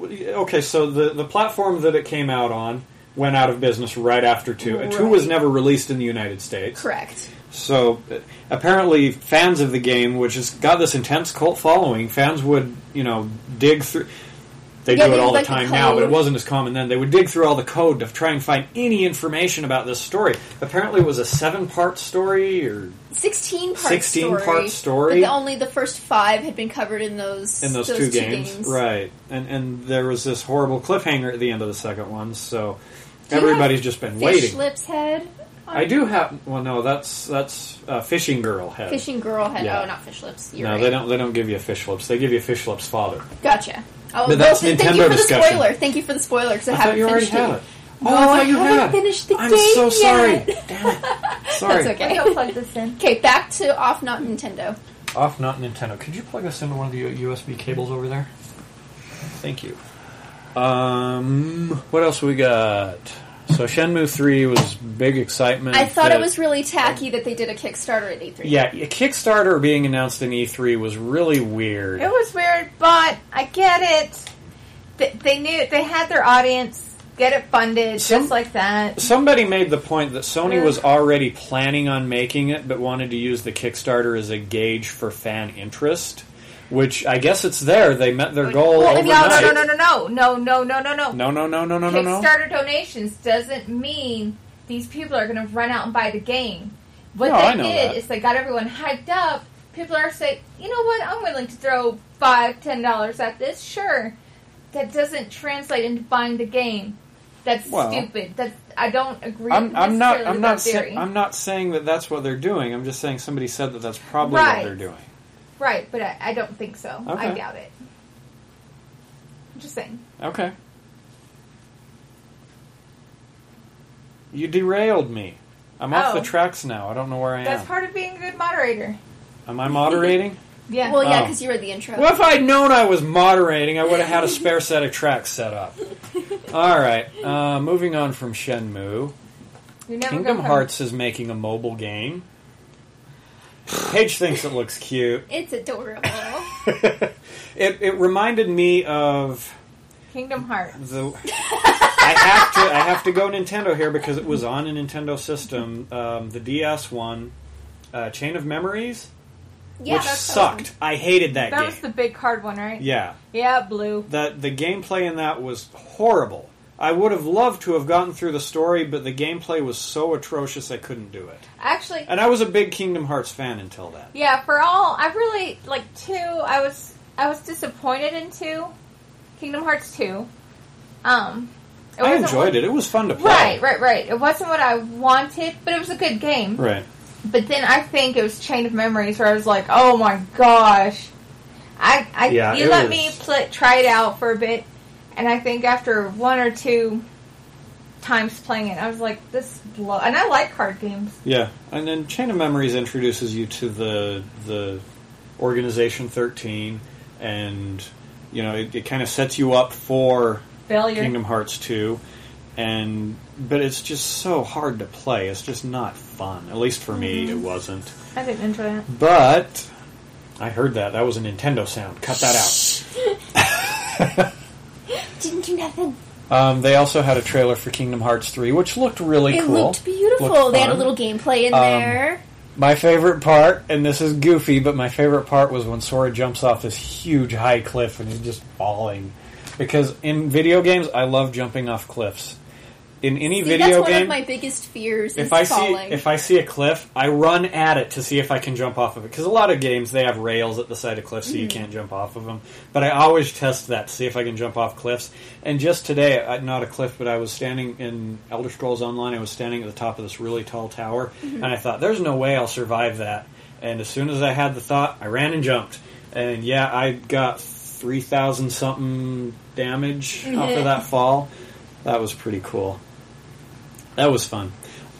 okay, so the the platform that it came out on went out of business right after 2. And 2 was
Right.
never released in the United States.
Correct.
So uh, apparently, fans of the game, which has got this intense cult following, fans would you know dig through. They
Yeah,
do it
they
all the
like the
time now, but it
code.
wasn't as common then. They would dig through all the code to try and find any information about this story. Apparently, it was a seven-part story, or
16 part
16
story.
part story.
But the, only the first five had been covered in those
in those, two, games. right? And and there was this horrible cliffhanger at the end of the second one, so
you
everybody's
have
just been
Fish
waiting.
Lips Head. on-
I do have. Well, no, that's that's uh, fishing girl head.
Fishing Girl Head.
Yeah.
Oh, not Fish Lips. You're
no,
right.
they don't. They don't give you fish lips. They give you fish lips father.
Gotcha. Oh,
But that's
well, th-
Nintendo
thank you for
discussion.
the spoiler. Thank you for the spoiler because I,
I thought
haven't
you already
finished
had it. Oh, I
No,
thought
I
you
haven't
had.
finished the
I'm
game
so
yet.
sorry. Damn it. Sorry.
That's
Wait,
okay.
I'll plug this in.
Okay, back to off not Nintendo.
Off, not Nintendo. Could you plug us into one of the uh, U- USB cables over there? Thank you. Um, what else we got? So Shenmue Three was big excitement.
I thought it
that-
was really tacky that they did a Kickstarter at E E3.
Yeah, a Kickstarter being announced in E3 was really weird.
It was weird, but I get it. They, they knew they had their audience get it funded
Some-
just like that.
Somebody made the point that Sony
Yeah.
was already planning on making it, but wanted to use the Kickstarter as a gauge for fan interest. Which I guess it's there. They met their goal
Well, no,
overnight.
no, no, no, no, no, no, no, no, no, no.
no, no, no, no, no, no, no.
Kickstarter donations doesn't mean these people are going to run out and buy the game. What
No, I
they
know
did
that.
is they got everyone hyped up. People are saying, you know what? I'm willing to throw five, ten dollars at this. Sure, that doesn't translate into buying the game. That's
Well,
stupid. That I don't agree.
I'm, I'm not.
necessarily
I'm
with
not.
that
Sa-
theory.
I'm not saying that that's what they're doing. I'm just saying somebody said that that's probably what
Right.
they're doing.
Right, but I, I don't think so. I
Okay.
doubt it. I'm just saying.
Okay. You derailed me. I'm off
Oh.
the tracks now. I don't know where I
That's
am.
part of being a good moderator.
Am I moderating?
Yeah.
Well,
Oh.
yeah, because you read the intro.
Well, if I'd known I was moderating, I would have had a spare set of tracks set up. All right, uh, moving on from Shenmue.
You're never
Kingdom
gonna-
Hearts is making a mobile game. Paige thinks it looks cute.
It's adorable.
it, it reminded me of
Kingdom Hearts.
the. I have to I have to go Nintendo here because it was on a Nintendo system, um, the DS one, uh, Chain of Memories,
yeah,
which
that's
sucked. I hated that,
That
game.
was the big card one, right?
yeah,
Yeah, blue.
the the gameplay in that was horrible. I would have loved to have gotten through the story, but the gameplay was so atrocious I couldn't do it.
Actually,
And I was a big Kingdom Hearts fan until then.
yeah. For all, I really like two. I was I was disappointed in two, Kingdom Hearts two. Um, it
I
wasn't
enjoyed
what-
it. It was fun to play.
Right, right, right. It wasn't what I wanted, but it was a good game.
Right.
But then I think it was Chain of Memories where I was like, oh my gosh. I, I
Yeah,
you
it
let
was-
me pl- try it out for a bit, and I think after one or two times playing it, I was like, this blow. And I like card games.
Yeah. And then Chain of Memories introduces you to the the Organization 13 and you know, it, it kind of sets you up for
Failure.
Kingdom Hearts 2 and but it's just so hard to play. It's just not fun. At least for me it
Mm-hmm.
wasn't.
I didn't enjoy it.
But I heard that. That was a Nintendo sound. Cut that out.
awesome. Didn't do nothing.
Um, they also had a trailer for Kingdom Hearts 3, which looked really
It
cool.
looked beautiful.
Looked
they had a
fun. Um,
little gameplay in there.
My favorite part, and this is goofy, but my favorite part was when Sora jumps off this huge high cliff and he's just falling. Because in video games, I love jumping off cliffs. In any
See,
video
that's one
game,
of my biggest fears. is
if I
falling.
see if I see a cliff, I run at it to see if I can jump off of it. Because a lot of games they have rails at the side of cliffs, so you can't jump off of them. But I always test that to see if I can jump off cliffs. And just today, I- not a cliff, but I was standing in Elder Scrolls Online. I was standing at the top of this really tall tower, and I thought, "There's no way I'll survive that." And as soon as I had the thought, I ran and jumped. And yeah, I got three thousand something damage off of that fall. That was pretty cool. That was fun.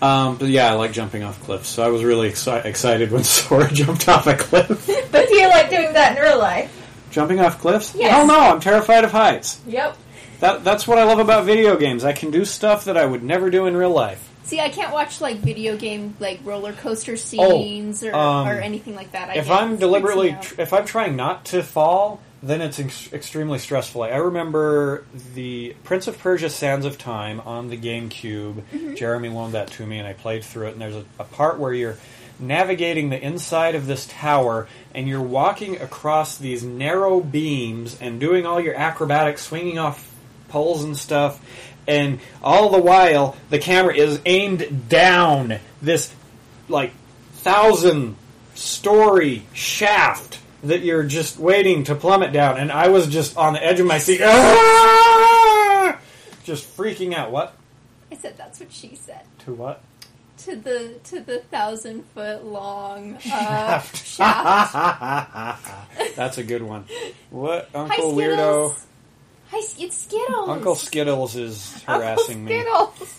Um, but yeah, I like jumping off cliffs, so I was really exci- excited when Sora jumped off a cliff.
But do you like doing that in real life?
jumping off cliffs?
Yes.
Hell no, I'm terrified of heights.
Yep.
That, that's what I love about video games. I can do stuff that I would never do in real life.
see, I can't watch like video game like roller coaster scenes or,
Oh, um,
or anything like that. I
If
get-
I'm
freaks me
deliberately,
out.
tr- if I'm trying not to fall, then it's ex- extremely stressful. I remember the Prince of Persia: Sands of Time on the GameCube. Jeremy loaned that to me, and I played through it. And there's a, a part where you're navigating the inside of this tower, and you're walking across these narrow beams and doing all your acrobatics, swinging off poles and stuff. And all the while, the camera is aimed down this like thousand story shaft that you're just waiting to plummet down. And I was just on the edge of my seat, "Ah!" just freaking out. What
I said that's what she said.
to what?
To the to the thousand foot long uh, shaft.
That's a good one. What
Hi
Uncle Weirdo?
Skittles. Hi, Sk- it's Skittles.
Uncle Skittles is
Uncle
harassing me.
Skittles.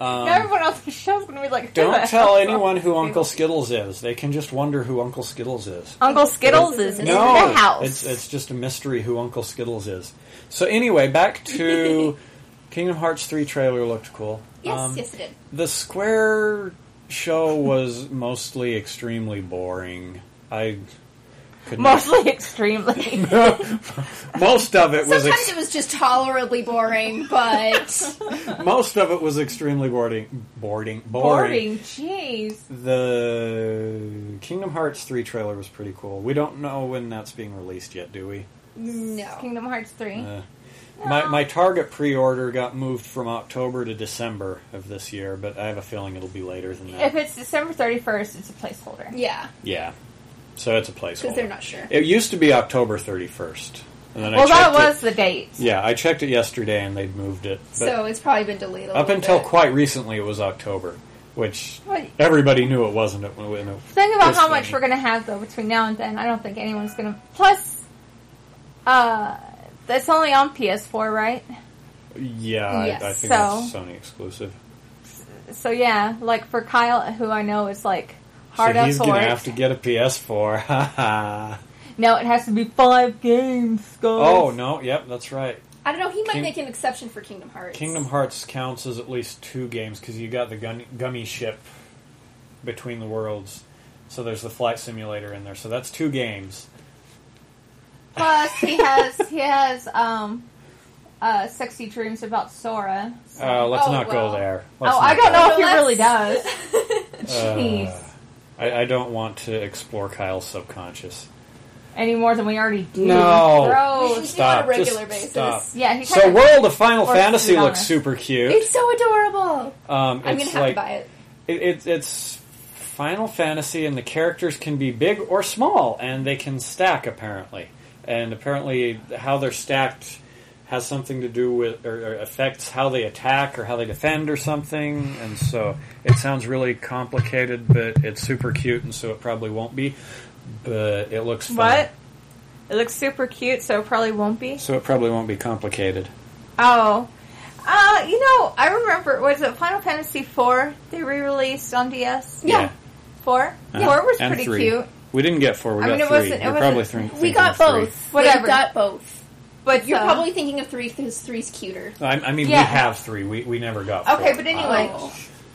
now
Um,
everyone else on the show's gonna be like, who the
don't tell
hell-
anyone who Uncle Skittles is. They can just wonder who Uncle Skittles is.
Uncle Skittles is in
no,
the house.
It's, it's just a mystery who Uncle Skittles is. So anyway, back to Kingdom Hearts 3 trailer looked cool.
Yes,
Um,
yes, it did.
The Square show was mostly extremely boring. I could not-
Mostly extremely.
most of it was
Sometimes
ex-
it was just tolerably boring, but
most of it was extremely boarding boarding boring.
Boarding, jeez.
The Kingdom Hearts 3 trailer was pretty cool. We don't know when that's being released yet, do we?
no.
Kingdom Hearts 3.
Uh, My, my Target pre-order got moved from October to December of this year, but I have a feeling it'll be later than that.
if it's December 31st, it's a placeholder.
Yeah,
yeah, so it's a placeholder.
because they're not sure.
It used to be October 31st, and then I
Well, that
checked
was
It,
the date.
yeah, I checked it yesterday, and they'd moved it. But
so it's probably been delayed a
up
little
until
bit.
quite recently, it was October, which
Well,
everybody knew it wasn't. It, when it
Think about
was
how much
filmed.
we're going to have though between now and then. I don't think anyone's going to. Plus, uh, that's only on PS4, right?
Yeah,
Yes.
I, I think
So-
that's Sony exclusive.
So yeah, like for Kyle, who I know is like hard
so
up
he's
for
gonna
it.
have to get a PS4. Ha ha.
No, it has to be five games, guys.
oh no, yep, that's right.
I don't know. He might
King-
make an exception for Kingdom Hearts.
Kingdom Hearts counts as at least two games because you got the gun- gummy ship between the worlds. So there's the flight simulator in there. So that's two games.
Plus, he has he has um, uh, sexy dreams about Sora.
Uh, let's
Oh,
not
well.
go there. Let's
Oh, I
not
don't
go
know
there.
if he
Let's-
really does.
Uh,
Jeez,
I, I don't want to explore Kyle's subconscious.
any more than we already do.
No.
We
Gross.
do on
Stop.
a regular
Just
basis.
stop.
Yeah, he
So World of Final
Or
Fantasy
Sudana.
looks super cute.
It's so adorable.
um,
I'm
it's
gonna have
like,
to buy it.
it, it, it's Final Fantasy, and the characters can be big or small, and they can stack apparently. And apparently, how they're stacked has something to do with or, or affects how they attack or how they defend or something. And so it sounds really complicated, but it's super cute, and so it probably won't be. But it looks fun.
What? It looks super cute, so it probably won't be.
So it probably won't be complicated.
Oh. Uh, you know, I remember, was it Final Fantasy IV they re-released on DS?
Yeah.
Four?
Uh-huh.
Four was
And
pretty
three.
cute.
We didn't get four. We
I
got
mean, it
3
wasn't- it
You're
wasn't-
probably thinking
We got
three.
both.
Whatever.
We got both.
But
You're
uh,
probably thinking of three because three's cuter.
I, I mean,
Yeah.
we have three. We, we never got.
Okay,
four.
but anyway.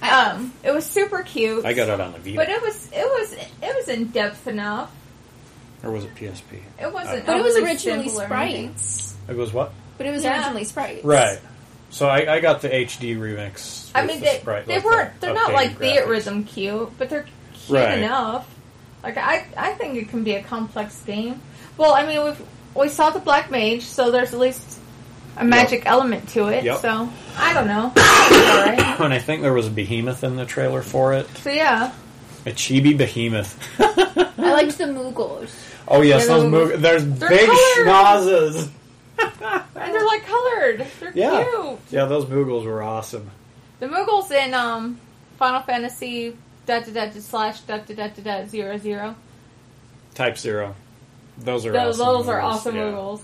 Um, it was super cute.
Oh. I got it on the Vita.
But it was, it was, it was in depth enough.
Or was it PSP?
It wasn't.
But it was
overly
originally
simple or anything.
sprites.
It was what?
But it was
Yeah.
originally sprites.
Right. So I, I got the HD remix.
I
with
mean,
the
they,
sprite,
they
like,
weren't,
the
they're not
updated
like
graphics.
theatism cute, but they're cute
Right.
enough. Like, I, I think it can be a complex game. Well, I mean, we've, we saw the Black Mage, so there's at least a magic element to it,
Yep.
so I don't know. Alright.
Oh, And I think there was a behemoth in the trailer for it.
So, yeah.
A chibi behemoth.
I liked the Moogles.
Oh yes, those
Yeah, those-
move. There's
they're
big
colored.
schnozzes.
And they're like colored. They're
Yeah,
cute.
yeah, those Moogles were awesome.
The Moogles in um, Final Fantasy da da da da slash da da da da da zero zero.
Type Zero. Those are
Those,
awesome
those are
Moogles,
awesome
yeah.
Moogles.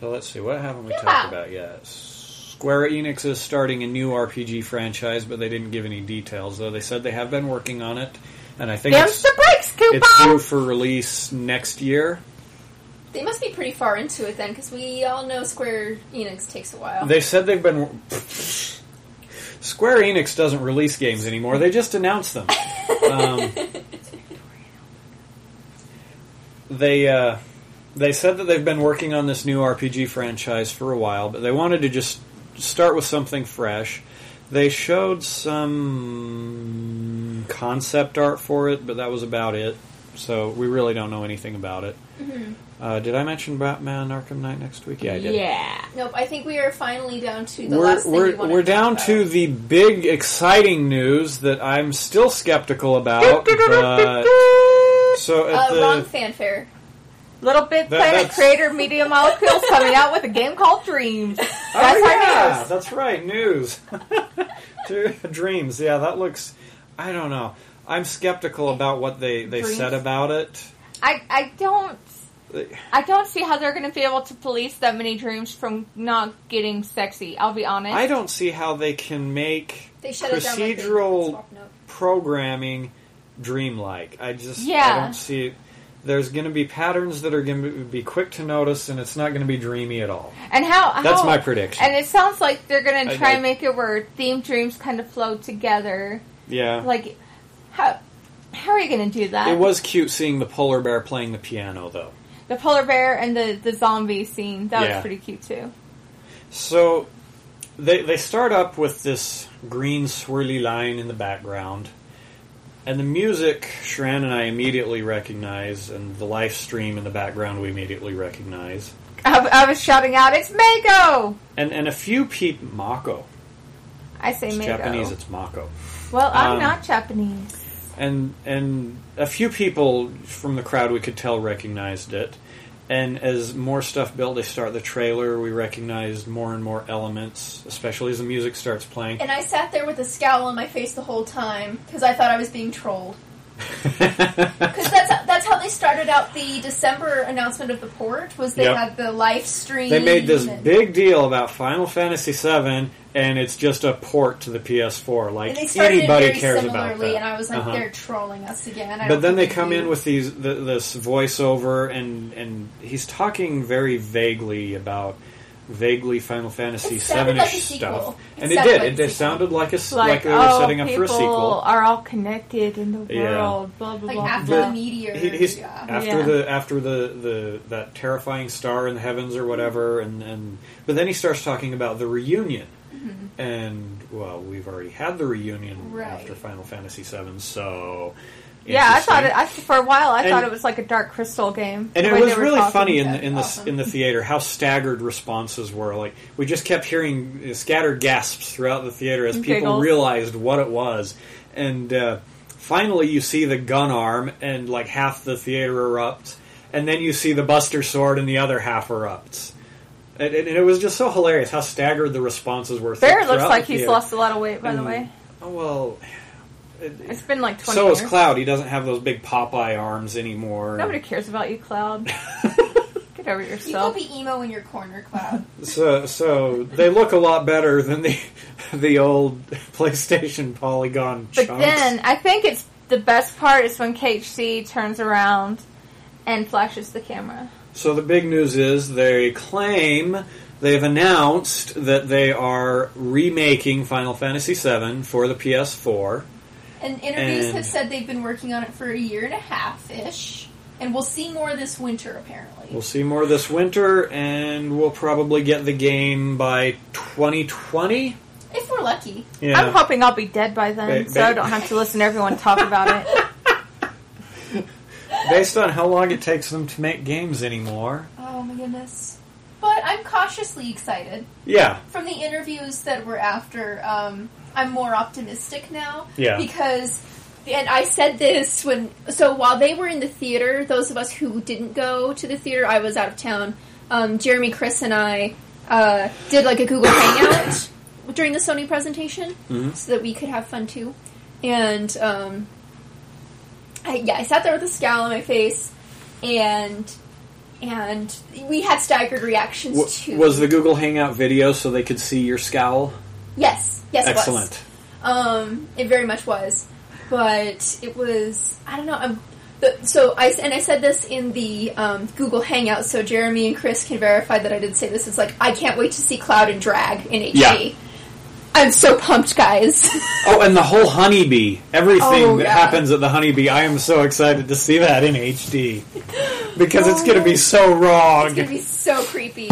So let's see, what haven't we
Yeah.
talked about yet? Square Enix is starting a new RPG franchise, but they didn't give any details. Though they said they have been working on it, and I think
There's
it's,
the breaks
it's due
coupon!
for release next year.
They must be pretty far into it then, because we all know Square Enix takes a while.
They said they've been. Square Enix doesn't release games anymore. They just announce them. Um, they uh, they said that they've been working on this new RPG franchise for a while, but they wanted to just start with something fresh. They showed some concept art for it, but that was about it. So we really don't know anything about it. Uh, did I mention Batman Arkham Knight next week? Yeah, I did.
Yeah.
Nope, I think we are finally down to the
We're,
last thing we
we're,
want
we're down to the big exciting news that I'm still skeptical about. but so at
uh, wrong
the
fanfare.
Little Big
That-
Planet
that's-
creator Media Molecules coming out with a game called Dreams. That's
Oh,
our
yeah,
news.
that's right. News, dreams. Yeah, that looks. I don't know. I'm skeptical about what they they
Dreams?
said about it.
I, I don't
They-
I don't see how they're going to be able to police that many dreams from not getting sexy. I'll be honest.
I don't see how they can make
They shut it down.
procedural
Procedural.
programming dreamlike. I just
Yeah.
I don't see it. There's going to be patterns that are going to be quick to notice, and it's not going to be dreamy at all.
And how?
That's
how-
my prediction.
And it sounds like they're going
I-
to try
I-
and make it where themed dreams kind of flow together.
Yeah,
Like, how? How are you going to do that?
it was cute seeing the polar bear playing the piano, though.
the polar bear and the the zombie scene. That
Yeah.
was pretty cute too.
So they they start up with this green swirly line in the background. And the music Shran and I immediately recognize and the live stream in the background we immediately recognize.
I, I was shouting out, "It's Mako!"
And and a few people Mako.
I say
It's
Mako.
Japanese it's Mako.
well, I'm
um,
not Japanese.
and and a few people from the crowd we could tell recognized it. And as more stuff built, they start the trailer. We recognized more and more elements, especially as the music starts playing.
And I sat there with a scowl on my face the whole time because I thought I was being trolled. Because that's how, that's how they started out the December announcement of the port was they
Yep.
had the live stream.
They made this
and-
big deal about Final Fantasy VII, and it's just a port to the PS4. Like
And they started
anybody
very
cares
similarly,
about that.
and I was like,
Uh-huh.
they're trolling us again. I
but
don't
then they
think
come
do.
in with these the, this voiceover, and and he's talking very vaguely about vaguely Final Fantasy
It
VII
sounded like a
ish
sequel.
stuff,
It
and it
sounded
did.
like
it
a
it
sequel.
sounded like a s-
Like,
like they were
oh,
setting up for
people
a sequel.
are all connected in the world.
Yeah.
Blah blah
like
blah.
after
blah.
the meteor.
He, he's
yeah.
after
Yeah.
the after the, the that terrifying star in the heavens or whatever, and, and but then he starts talking about the reunion, and well, we've already had the reunion
Mm-hmm. Right.
after Final Fantasy VII, so
Yeah, I
interesting.
thought it. I, for a while, I
And-
thought it was like a Dark Crystal game.
And
the
it
way
was
they were
really
talking.
funny in the,
That's
in the
awesome.
in the theater how staggered responses were. Like we just kept hearing uh, scattered gasps throughout the theater as people
Giggles.
realized what it was, and uh, finally you see the gun arm and like half the theater erupts, and then you see the Buster sword and the other half erupts. And, and it was just so hilarious how staggered the responses were.
Bear looks
throughout
like
the
he's
theater.
lost a lot of weight, by the way.
Oh, well,
It's been like 20
so
years.
is Cloud. He doesn't have those big Popeye arms anymore.
Nobody cares about you, Cloud. Get over
You go
yourself.
be emo in your corner, Cloud.
So, so they look a lot better than the the old PlayStation polygon
But
chunks.
then, I think it's the best part is when KHC turns around and flashes the camera.
so the big news is they claim they've announced that they are remaking Final Fantasy VII for the PS4.
And interviews
And-
have said they've been working on it for a year and a half ish, and we'll see more this winter apparently.
We'll see more this winter, and we'll probably get the game by 2020.
if we're lucky.
Yeah.
I'm hoping I'll be dead by then,
Ba-
so I
ba-
don't have to listen to everyone talk about it.
Based on how long it takes them to make games anymore.
Oh my goodness. But I'm cautiously excited.
Yeah.
From the interviews that were after, um, I'm more optimistic now.
Yeah.
Because, and I said this when, so while they were in the theater, those of us who didn't go to the theater, I was out of town, um, Jeremy, Chris, and I uh, did like a Google Hangout during the Sony presentation
Mm-hmm.
so that we could have fun too. And, um, I, yeah, I sat there with a scowl on my face and. And we had staggered reactions
W-
too.
was the Google Hangout video so they could see your scowl?
Yes, yes, it was.
Excellent.
Um, it very much was, but it was. I don't know. I'm, the, so I and I said this in the um, Google Hangout, so Jeremy and Chris can verify that I did say this. It's like I can't wait to see Cloud and Drag in HD.
Yeah.
I'm so pumped, guys.
Oh, and the whole honeybee. Everything
Oh,
that
yeah.
happens at the honeybee. I am so excited to see that in HD. Because it's going to be so wrong.
Oh, it's gonna be so creepy.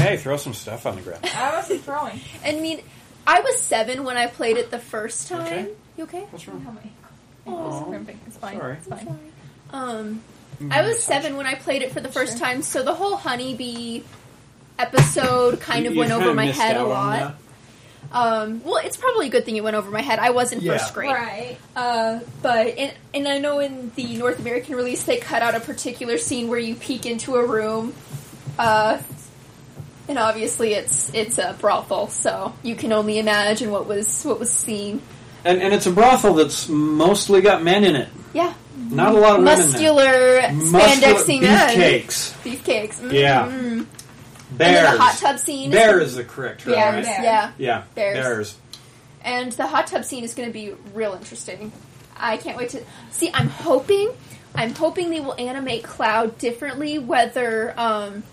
Hey, throw some stuff on the ground.
I wasn't throwing.
I mean, I was seven when I played it the first time.
Okay.
You okay?
What's wrong?
How many?
Aw.
It's crimping. It's fine.
Sorry.
It's fine.
Um,
Mm-hmm.
I was seven when I played it for the first time, so the whole honeybee episode kind of
You- you
went over
kinda
my
missed
head a
out on
lot.
that.
Um, well, it's probably a good thing it went over my head. I was in
Yeah.
first grade.
Right.
Uh, but in, and I know in the North American release they cut out a particular scene where you peek into a room, uh, and obviously it's it's a brothel, so you can only imagine what was what was seen.
And, and it's a brothel that's mostly got men in it.
Yeah,
Not Oh, a lot of
muscular
women. in it.
spandexy men,
beefcakes.
beefcakes. Mm.
Yeah.
And
Bears.
then the hot tub scene.
Bear
is
is the correct term,
gonna- bears,
right?
Bear.
yeah,
Yeah.
Bears.
Bears.
and the hot tub scene is going to be real interesting. I can't wait to see. I'm hoping, I'm hoping they will animate Cloud differently, whether um,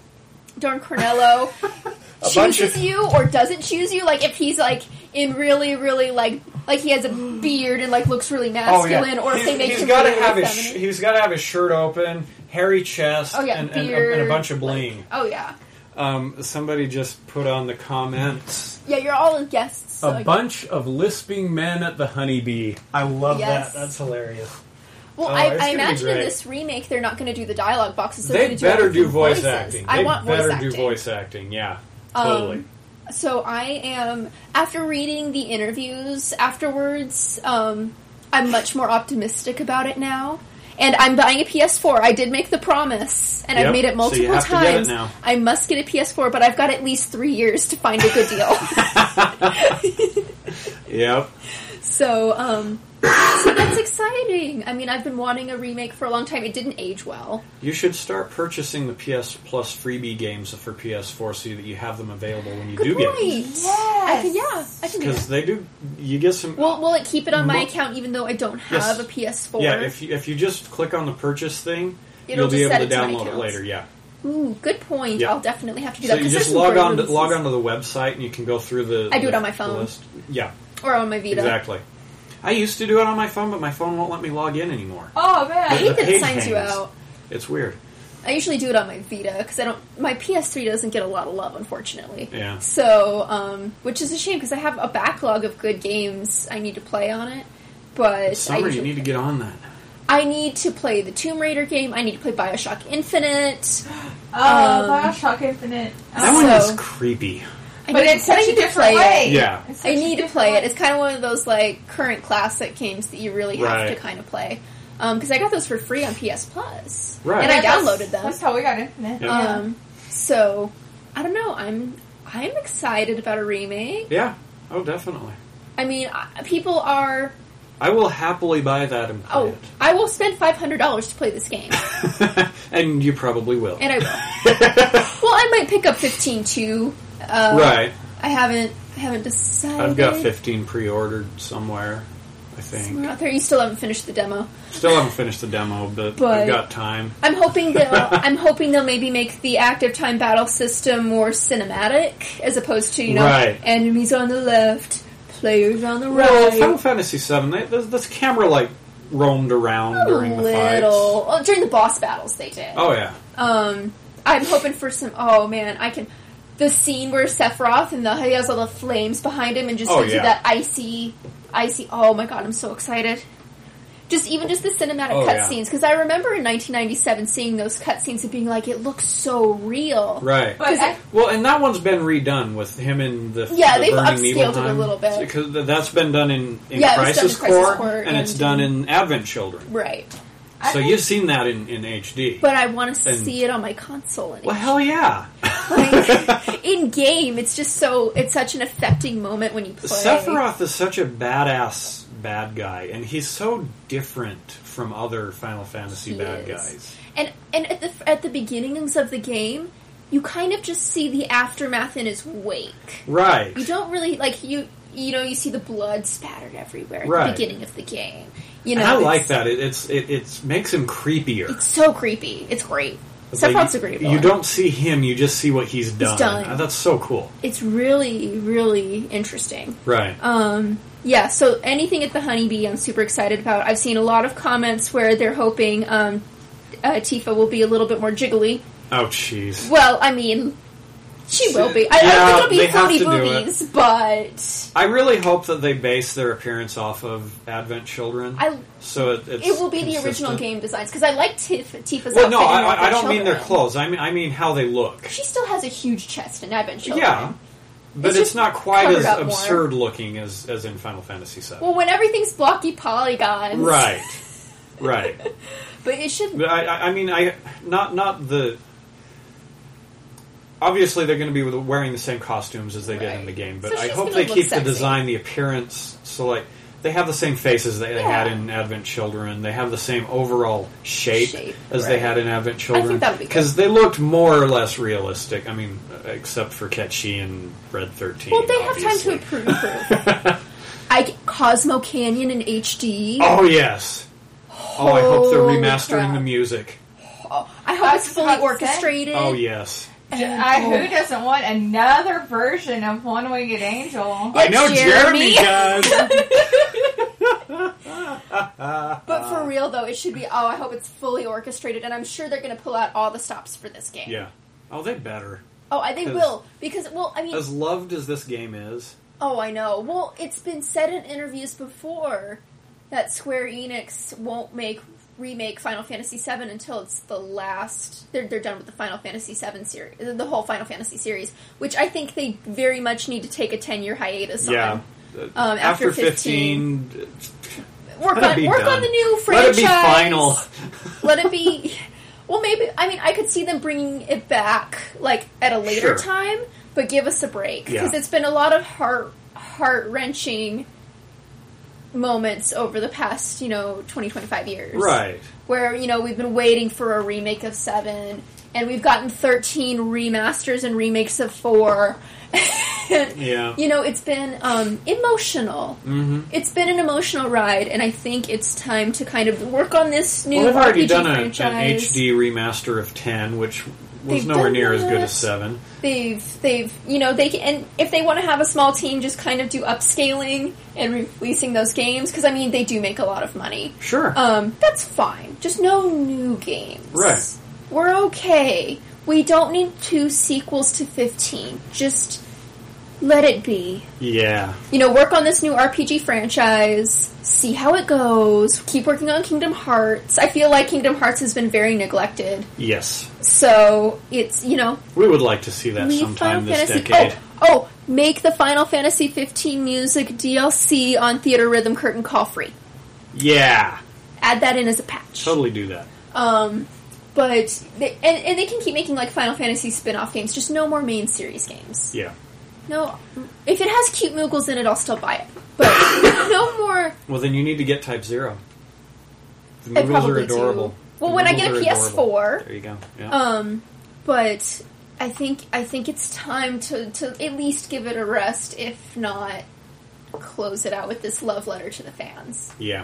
Don Cornello
A bunch
chooses
of-
you or doesn't choose you. Like if he's like in really, really like like he has a beard and like looks really masculine, or if they make
Oh, he's
him
got to
really
have his
feminine.
he's got to have his shirt open, hairy chest,
Oh, yeah,
and, and, a,
beard,
and a bunch of
like-
bling.
oh yeah,
Um, somebody just put on the comments.
yeah. You're all guests. So
A bunch of lisping men at the honeybee. I love
Yes.
that. That's hilarious.
Well,
Oh,
I,
it's
I
gonna be
imagine in
great.
this remake they're not going to do the dialogue boxes. They're
they
gonna
better
everything
do voice
voices.
acting.
I
they
want
better
voice acting. Um,
do voice acting. Yeah, totally.
So I am after reading the interviews afterwards. Um, I'm much more optimistic about it now, and I'm buying a PS4. I did make the promise, and
Yep,
I've made it
so
multiple
you have to get it
times.
now.
I must get a PS4, but I've got at least three years to find a good deal.
yep.
so, um, so that's exciting. I mean, I've been wanting a remake for a long time. It didn't age well.
You should start purchasing the PS Plus freebie games for PS4 so that you have them available when you do
Good
get them.
point. I can, yeah, I can do that.
Because they do, you get some.
Will, will it keep it on my
Mo-
account even though I don't have
Yes.
a PS4?
yeah, if you, if you just click on the purchase thing,
It'll
you'll be
just
able to
set it to my
download it
accounts.
later. Yeah.
Ooh, good point.
Yeah.
I'll definitely have to do
So
that.
you
'cause
just
there's some
log
great
on to,
releases.
log on to the website and you can go through the.
I do it
the-
on my
the
phone.
list. Yeah,
or on my Vita.
exactly. I used to do it on my phone, but my phone won't let me log in anymore.
Oh man.
I hate
The
that it
page
signs you
hangs.
out.
It's weird.
I usually do it on my Vita because I don't. My PS3 doesn't get a lot of love, unfortunately.
Yeah.
So, um, which is a shame because I have a backlog of good games I need to play on it. But I
Summer, you
usually-
need to get on that.
I need to play the Tomb Raider game. I need to play Bioshock Infinite.
Um,
Oh, Bioshock Infinite.
That
Oh.
one is
So-
creepy.
I
But
need-
it's such
I
a
need to
different
play it.
way.
Yeah.
It's such
I
a
need to
different
play
way.
it. It's kind of one of those like current classic games that you really have
Right.
to kind of play. Because I got those for free on PS Plus,
Right.
and I
That's-
downloaded them.
That's how we got Infinite.
Yep.
Yeah.
Um, so I don't know. I'm I'm excited about a remake.
Yeah. Oh, definitely.
I mean, I- people are.
I will happily buy that and play
Oh, I will spend five hundred dollars to play this game,
it. and you probably will.
and I will. well, I might pick up fifteen too. Uh,
right.
I haven't I haven't decided.
I've got 15 pre-ordered somewhere, I think.
We're out there. You still haven't finished the demo.
Still haven't finished the demo, but,
But-
I've got time.
I'm hoping they'll. I'm hoping they'll maybe make the active time battle system more cinematic, as opposed to you know
Right.
enemies on the left, players on the right.
Well, Final Fantasy VII, they, this, this camera like roamed around
a
during the
little
fights.
well, during the boss battles they did.
Oh yeah,
Um, I'm hoping for some. Oh man, I can. The scene where Sephiroth and the he has all the flames behind him and just
Oh,
gives you
yeah.
that icy, icy. Oh my god, I'm so excited. Just even just the cinematic
Oh, yeah.
cutscenes because I remember in 1997 seeing those cutscenes and being like, it looks so real.
right.
But I,
well, and that one's been redone with him in the
Yeah,
the
they've
Burning Evil
upscaled it a
time.
little bit.
because th- that's been done in, in
Yeah, it was done in
Crisis,
Crisis
Core,
Core
and,
and-
it's done in Advent Children.
Right.
I
so
think-
you've seen that in, in HD.
But I want to
And-
see it on my console. And
well, hell yeah.
like, in game, it's just so it's such an affecting moment when you play.
Sephiroth is such a badass bad guy, and he's so different from other Final Fantasy
He
bad
is.
guys.
And and at the at the beginnings of the game, you kind of just see the aftermath in his wake.
Right.
You don't really like you you know you see the blood spattered everywhere at
Right.
the beginning of the game. You know,
and I
it's-
like that. It, it's it it's makes him creepier.
It's so creepy. It's great.
It's
Sephiroth's a
like,
great.
you,
villain.
don't see him, you just see what he's done. Ah,
done.
That's so cool.
It's really really interesting.
Right.
Um, yeah, so anything at the Honeybee, I'm super excited about. I've seen a lot of comments where they're hoping um, uh, Tifa will be a little bit more jiggly.
oh jeez.
Well, I mean, She will be. I,
Yeah,
I don't
they
think
have
it'll be
to do
floaty
it.
boobies, but
I really hope that they base their appearance off of Advent Children.
I-
so it, it's
it will be the
consistent.
original game designs because I like Tif- Tifa's
Well,
outfit.
no, I,
in
I- I
Advent
don't mean their
Children.
clothes. I mean I mean how they look.
She still has a huge chest in Advent Children.
Yeah, but
It's
it's,
just
not quite
covered
as
up more.
absurd looking as as in Final Fantasy VII.
Well, when everything's blocky polygons,
right, right.
But it should.
But I, I, I mean, I not not the. Obviously, they're going to be with- wearing the same costumes as they did in
Right.
the game,
So
but I
she's
hope
gonna
they
look
keep
sexy.
the design, the appearance. So, like, they have the same faces that they had
Yeah.
in Advent Children. They have the same overall shape,
Shape,
as they
right.
had in Advent Children.
that would be good.
Because they looked more or less realistic. I mean, except for Ketchy and Red Thirteen.
Well, they have time
obviously.
to improve. I get Cosmo Canyon in HD.
Oh yes. Oh, I hope they're
Holy
remastering
crap.
the music.
I hope
That's
it's
what
fully
I'm
orchestrated.
Oh yes.
I, who doesn't want another version of One Winged Angel?
I know
Jeremy.
Jeremy does.
But for real though, it should be. Oh, I hope it's fully orchestrated, and I'm sure they're going to pull out all the stops for this game.
Yeah. Oh, they better.
Oh, I, they
'Cause-
will because well, I mean,
As loved as this game is,
oh, I know. Well, it's been said in interviews before that Square Enix won't make remake Final Fantasy VII until it's the last. They're they're done with the Final Fantasy VII series, the whole Final Fantasy series, which I think they very much need to take a ten year hiatus on. Um, after 15,
let
Work
it
on
be
work
done.
on the new
let it
franchise.
be final.
let it be well maybe i mean i could see them bringing it back like at a
Sure.
later time but give us a break because
Yeah.
it's been a lot of heart heart wrenching moments over the past you know 20 25 years
Right.
where you know we've been waiting for a remake of 7 and we've gotten 13 remasters and remakes of 4
Yeah.
you know it's been um, emotional mm-hmm. it's been an emotional ride and i think it's time to kind of work on this new
Well, they've already
RPG
done a, an
franchise.
HD remaster of 10, which was
They've
nowhere
done
near as good
that.
as 7.
They've they've you know they can and if they want to have a small team, just kind of do upscaling and releasing those games because I mean they do make a lot of money.
Sure.
Um, that's fine. Just no new games.
Right.
We're okay. We don't need two sequels to fifteen. Just let it be.
yeah.
You know, work on this new RPG franchise. See how it goes. Keep working on Kingdom Hearts. I feel like Kingdom Hearts has been very neglected.
Yes.
So it's you know
We would like to see that
Leave
sometime
Final
this
Fantasy.
decade.
Oh, oh, make the Final Fantasy 15 music DLC on Theater Rhythm Curtain Call free.
Yeah.
Add that in as a patch.
Totally do that.
Um, but they, and, and they can keep making like Final Fantasy spin-off games. Just no more main series games.
Yeah.
No, if it has cute Moogles in it, I'll still buy it. But no more.
Well, then you need to get Type Zero. The
I
Moogles are
probably do.
adorable.
Well,
The
when I
Moogles
get a
are
PS4,
There you go. Yeah.
Um, but I think I think it's time to to at least give it a rest, if not close it out with this love letter to the fans.
yeah.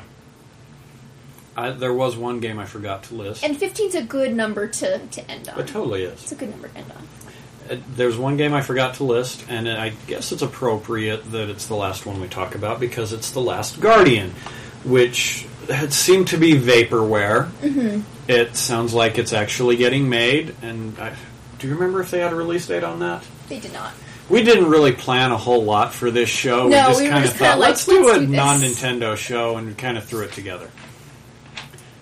I, there was one game I forgot to list.
And 15's a good number to, to end on.
it totally is.
It's a good number to end on.
Uh, There's one game I forgot to list, and I guess it's appropriate that it's the last one we talk about because it's The Last Guardian, which had seemed to be vaporware. It sounds like it's actually getting made, and I, do you remember if they had a release date on that?
They did not.
We didn't really plan a whole lot for this show. we
No,
just
we were
kind of
just kinda
thought,
like,
let's do
let's
a
do this."
non Nintendo show and kind of threw it together.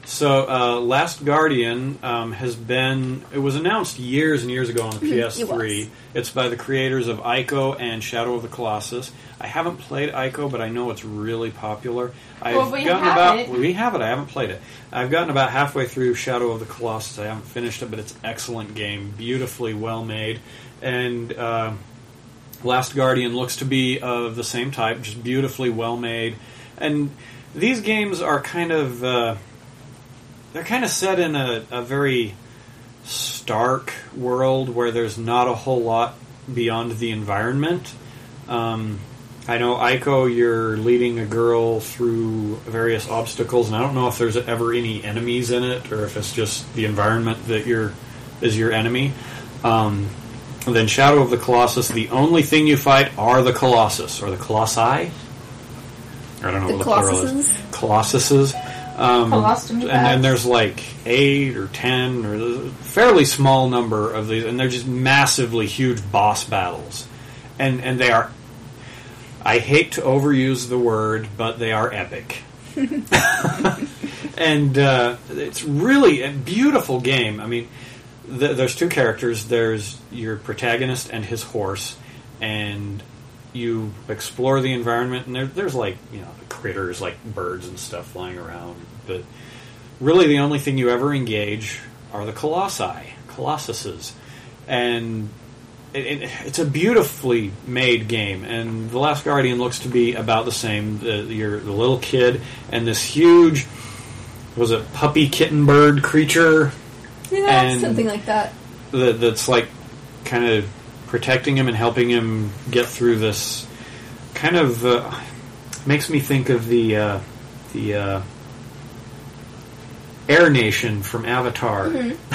So, uh, Last Guardian um, has been. It was announced years and years ago on the PS3.
Mm, was.
It's by the creators of Ico and Shadow of the Colossus. I haven't played Ico, but I know it's really popular. I've
Well, we
gotten
have
about
it.
we have it. I haven't played it. I've gotten about halfway through Shadow of the Colossus. I haven't finished it, but it's an excellent game, beautifully well made, and. Uh, Last Guardian looks to be of the same type, just beautifully well made. And these games are kind of uh, they're kind of set in a, a very stark world where there's not a whole lot beyond the environment. Um, I know Ico, you're leading a girl through various obstacles, and I don't know if there's ever any enemies in it, or if it's just the environment that you're is your enemy. Um, and then Shadow of the Colossus, the only thing you fight are the Colossus or the Colossi. I don't know
The
what the plural is. Colossuses. Um,
Colostomy
and
bags.
then there's like eight or ten or a fairly small number of these, and they're just massively huge boss battles, and and they are. I hate to overuse the word, but they are epic. and uh, it's really a beautiful game. I mean, th- there's two characters. There's your protagonist and his horse, and you explore the environment. And there, there's like you know critters, like birds and stuff flying around. But really, the only thing you ever engage are the colossi, colossuses, and it, it, it's a beautifully made game, and The Last Guardian looks to be about the same. The, you're the little kid and this huge, was it puppy kitten bird creature
Yeah,
And-
something like that.
that, that's like kind of protecting him and helping him get through this. Kind of uh, makes me think of the uh, the uh, Air Nation from Avatar.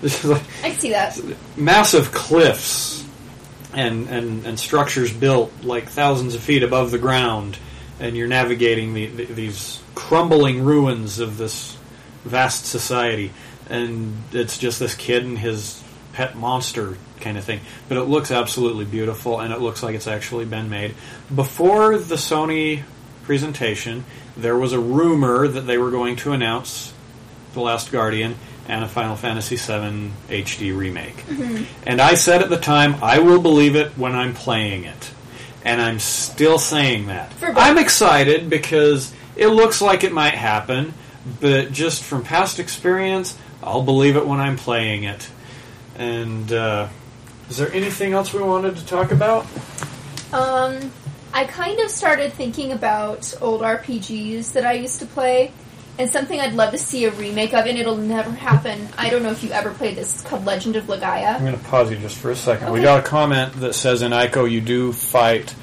this is like
I can see that.
massive cliffs and, and, and structures built like thousands of feet above the ground, and you're navigating the, the, these crumbling ruins of this vast society. And it's just this kid and his pet monster kind of thing. But it looks absolutely beautiful, and it looks like it's actually been made. Before the Sony presentation, there was a rumor that they were going to announce the Last Guardian and a Final Fantasy VII HD remake.
Mm-hmm.
And I said at the time, I will believe it when I'm playing it. And I'm still saying that.
For both.
I'm excited because it looks like it might happen, but just from past experience, I'll believe it when I'm playing it. And uh, is there anything else we wanted to talk about?
Um, I kind of started thinking about old RPGs that I used to play, and something I'd love to see a remake of, and it'll never happen. I don't know if you ever played this. It's called Legend of
I'm
Legaia.
going to pause you just for a second. We
Okay.
got a comment that says in Ico you do fight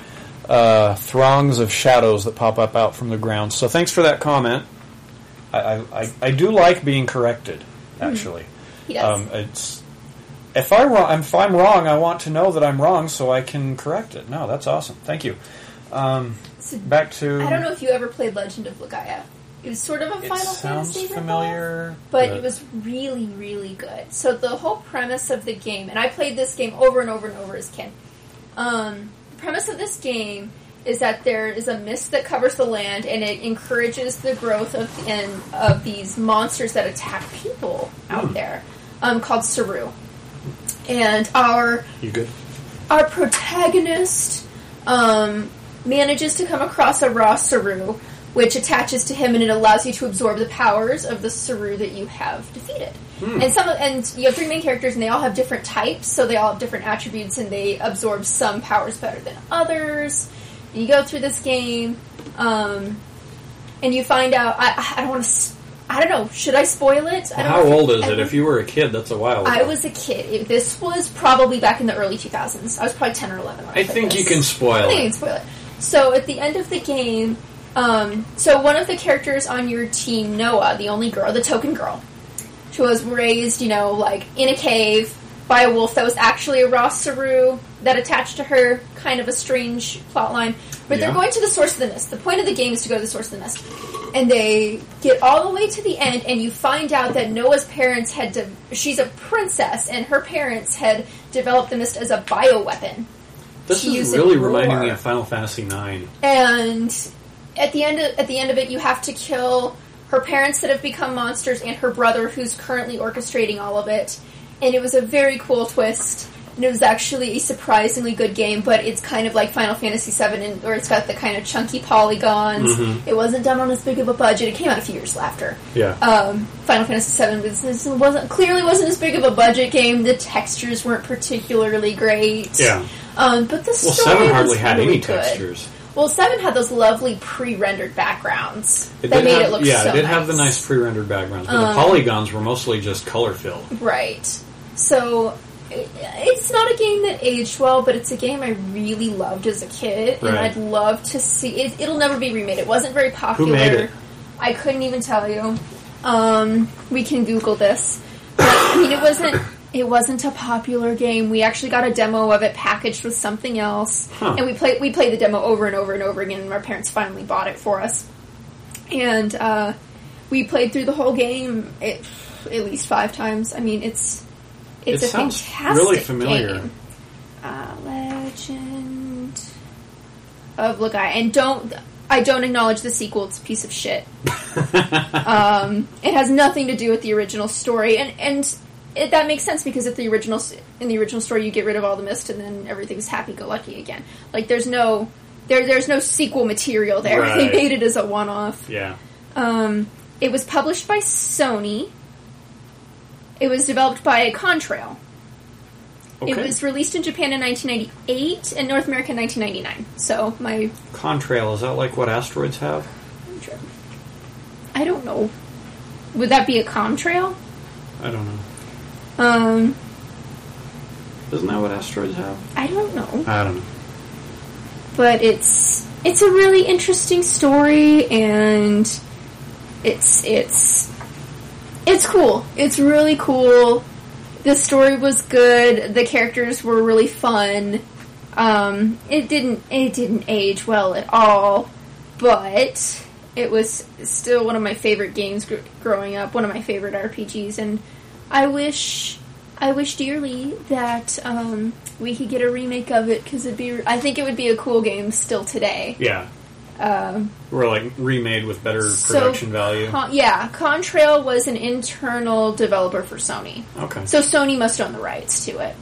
uh, throngs of shadows that pop up out from the ground. So thanks for that comment. I, I, I, I do like being corrected,
Mm-hmm.
actually.
He does.
Um, it's if I wrong, if I'm wrong, I want to know that I'm wrong so I can correct it. No, that's awesome. Thank you. Um,
So,
back to
I don't know if you ever played Legend of Legaia. It was sort of a
It
Final
sounds
Fantasy ripoff,
familiar,
but
but-
it was really, really good. So the whole premise of the game, and I played this game over and over and over as a kid. Um, the premise of this game is that there is a mist that covers the land, and it encourages the growth of and of these monsters that attack people
Hmm.
out there, um, called Saru. And our
you good.
our protagonist um, manages to come across a raw Saru, which attaches to him and it allows you to absorb the powers of the Saru that you have defeated.
Hmm.
And some, and you have three main characters, and they all have different types, so they all have different attributes, and they absorb some powers better than others. And you go through this game, um, and you find out. I, I don't want to. I don't know. Should I spoil it? I don't
How
know
old is it?
I-
If you were a kid, that's a while. Ago.
I was a kid. It, this was probably back in the early 2000s. I was probably 10 or 11. When I,
I
played
think
this.
you can spoil
I think I
it.
can spoil it. So at the end of the game, um, so one of the characters on your team, Noah, the only girl, the token girl, she was raised, you know, like in a cave by a wolf that was actually a Ross Saru that attached to her. Kind of a strange plot line. But
Yeah.
they're going to the source of the mist. The point of the game is to go to the source of the mist. And they get all the way to the end, and you find out that Noah's parents had. De- she's a princess, and her parents had developed the mist as a bioweapon.
This
to use
is
it
really
more.
reminding me of Final Fantasy IX.
and at the end of, at the end of it, you have to kill her parents that have become monsters and her brother who's currently orchestrating all of it. And it was a very cool twist. And it was actually a surprisingly good game, but it's kind of like Final Fantasy VII, and, where it's got the kind of chunky polygons. It wasn't done on as big of a budget. It came out a few years after
Yeah.
um, Final Fantasy VII was, this wasn't clearly wasn't as big of a budget game. The textures weren't particularly great.
Yeah.
Um, but the
well,
story
seven
was
hardly had
really
any
good.
textures.
Well, Seven had those lovely pre-rendered backgrounds that
did
made
have,
it look
yeah,
so Um,
it did have the nice pre-rendered backgrounds, but the polygons were mostly just color filled.
right. So i- it's not a game that aged well, but it's a game I really loved as a kid, and
Right.
I'd love to see. It, it'll never be remade. It wasn't very popular.
made it?
I couldn't even tell you. Um, we can Google this. But, I mean, it wasn't. It wasn't a popular game. We actually got a demo of it packaged with something else,
Huh.
and we played. We played the demo over and over and over again. And our parents finally bought it for us. and uh, we played through the whole game it, at least five times. I mean, it's it's
It
a
sounds
fantastic
really familiar.
game. Uh, Legend of Lagai, and don't I don't acknowledge the sequel. It's a piece of shit. um, it has nothing to do with the original story, and and. It, that makes sense because if the original s- in the original story you get rid of all the mist and then everything's happy go lucky again. Like there's no there there's no sequel material there. They
Right.
made it as a one off.
Yeah.
Um, it was published by Sony. It was developed by Contrail.
Okay.
It was released in Japan in 1998 and North America in 1999. So my
Contrail, is that like what asteroids have?
I don't know. Would that be a contrail?
I don't know.
Um,
Isn't that what asteroids have?
I don't know.
I don't know.
but it's it's a really interesting story and it's it's it's cool. It's really cool. The story was good. The characters were really fun. Um, it didn't it didn't age well at all, but it was still one of my favorite games gr- growing up. One of my favorite RPGs, and I wish I wish dearly that um, we could get a remake of it because it'd be I think it would be a cool game still today.
Yeah.
Um,
We're like remade with better
so
production value.
Con- yeah, Contrail was an internal developer for Sony,
okay. So,
so Sony must own the rights to it.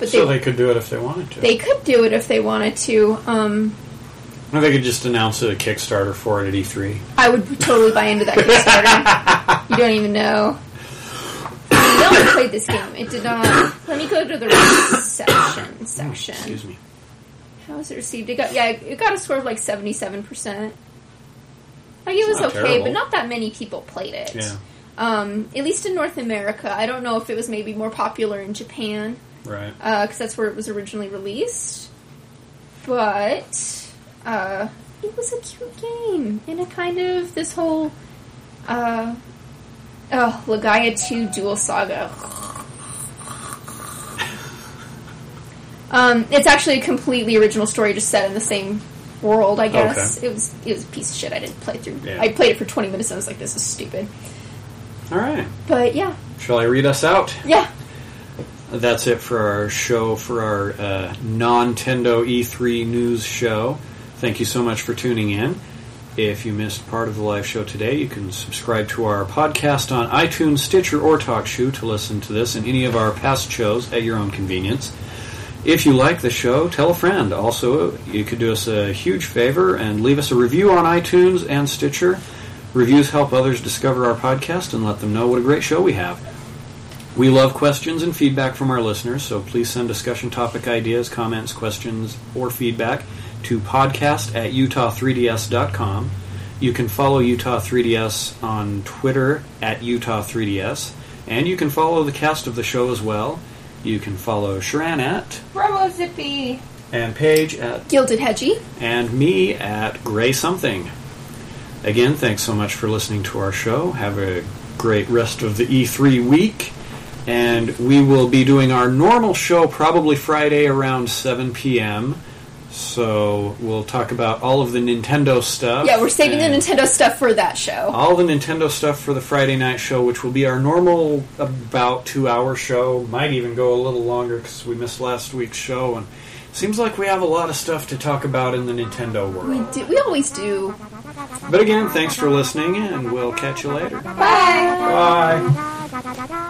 But they,
they
they
could do it if they wanted to.
could do it if they wanted to. Um,
or they could just announce a Kickstarter for it at E E3.
I would totally buy into that Kickstarter. you don't even know. We only played this game. It did not. Let me go to the reception section.
Oh, Excuse me.
How was it received? It got yeah, it got a score of like seventy seven percent. Like it was
not
okay,
terrible.
but not that many people played it.
Yeah.
Um, at least in North America, I don't know if it was maybe more popular in Japan
Right.
because Uh, that's where it was originally released. But uh, it was a cute game, and it kind of this whole uh, oh Legaia Two Dual Saga. Um, it's actually a completely original story, just set in the same world. I guess it was it was a piece of shit. I didn't play through.
Yeah.
I played it for twenty minutes, and I was like, "This is stupid."
All right.
But yeah,
Shall I read us out?
yeah,
That's it for our show, for our uh, Nintendo E3 news show. Thank you so much for tuning in. If you missed part of the live show today, you can subscribe to our podcast on iTunes, Stitcher, or TalkShoe to listen to this and any of our past shows at your own convenience. If you like the show, tell a friend. Also, you could do us a huge favor and leave us a review on iTunes and Stitcher. Reviews help others discover our podcast and let them know what a great show we have. We love questions and feedback from our listeners, so please send discussion topic ideas, comments, questions, or feedback to podcast at utah3ds.com. You can follow Utah 3DS on Twitter at Utah 3DS, and you can follow the cast of the show as well. You can follow Sharan at,
Robo Zippy.
and Paige at,
Gilded Hedgie.
and me at Gray Something. Again, thanks so much for listening to our show. Have a great rest of the E3 week. And we will be doing our normal show probably Friday around 7 p.m. So we'll talk about all of the Nintendo stuff.
Yeah, we're saving the
and
Nintendo stuff for that show.
All the Nintendo stuff for the Friday night show, which will be our normal about two hour show. Might even go a little longer because we missed last week's show. And seems like we have a lot of stuff to talk about in the Nintendo world.
We do, we always do.
But again, thanks for listening, and we'll catch you later.
Bye.
Bye.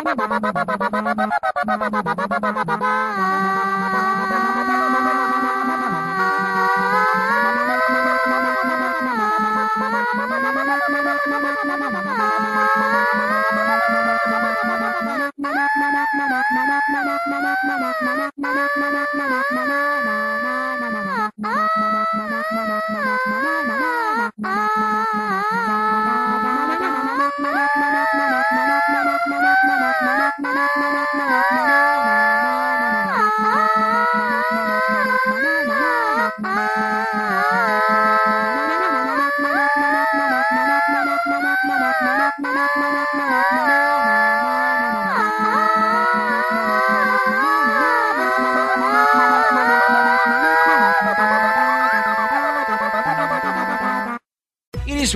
It is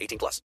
18 plus.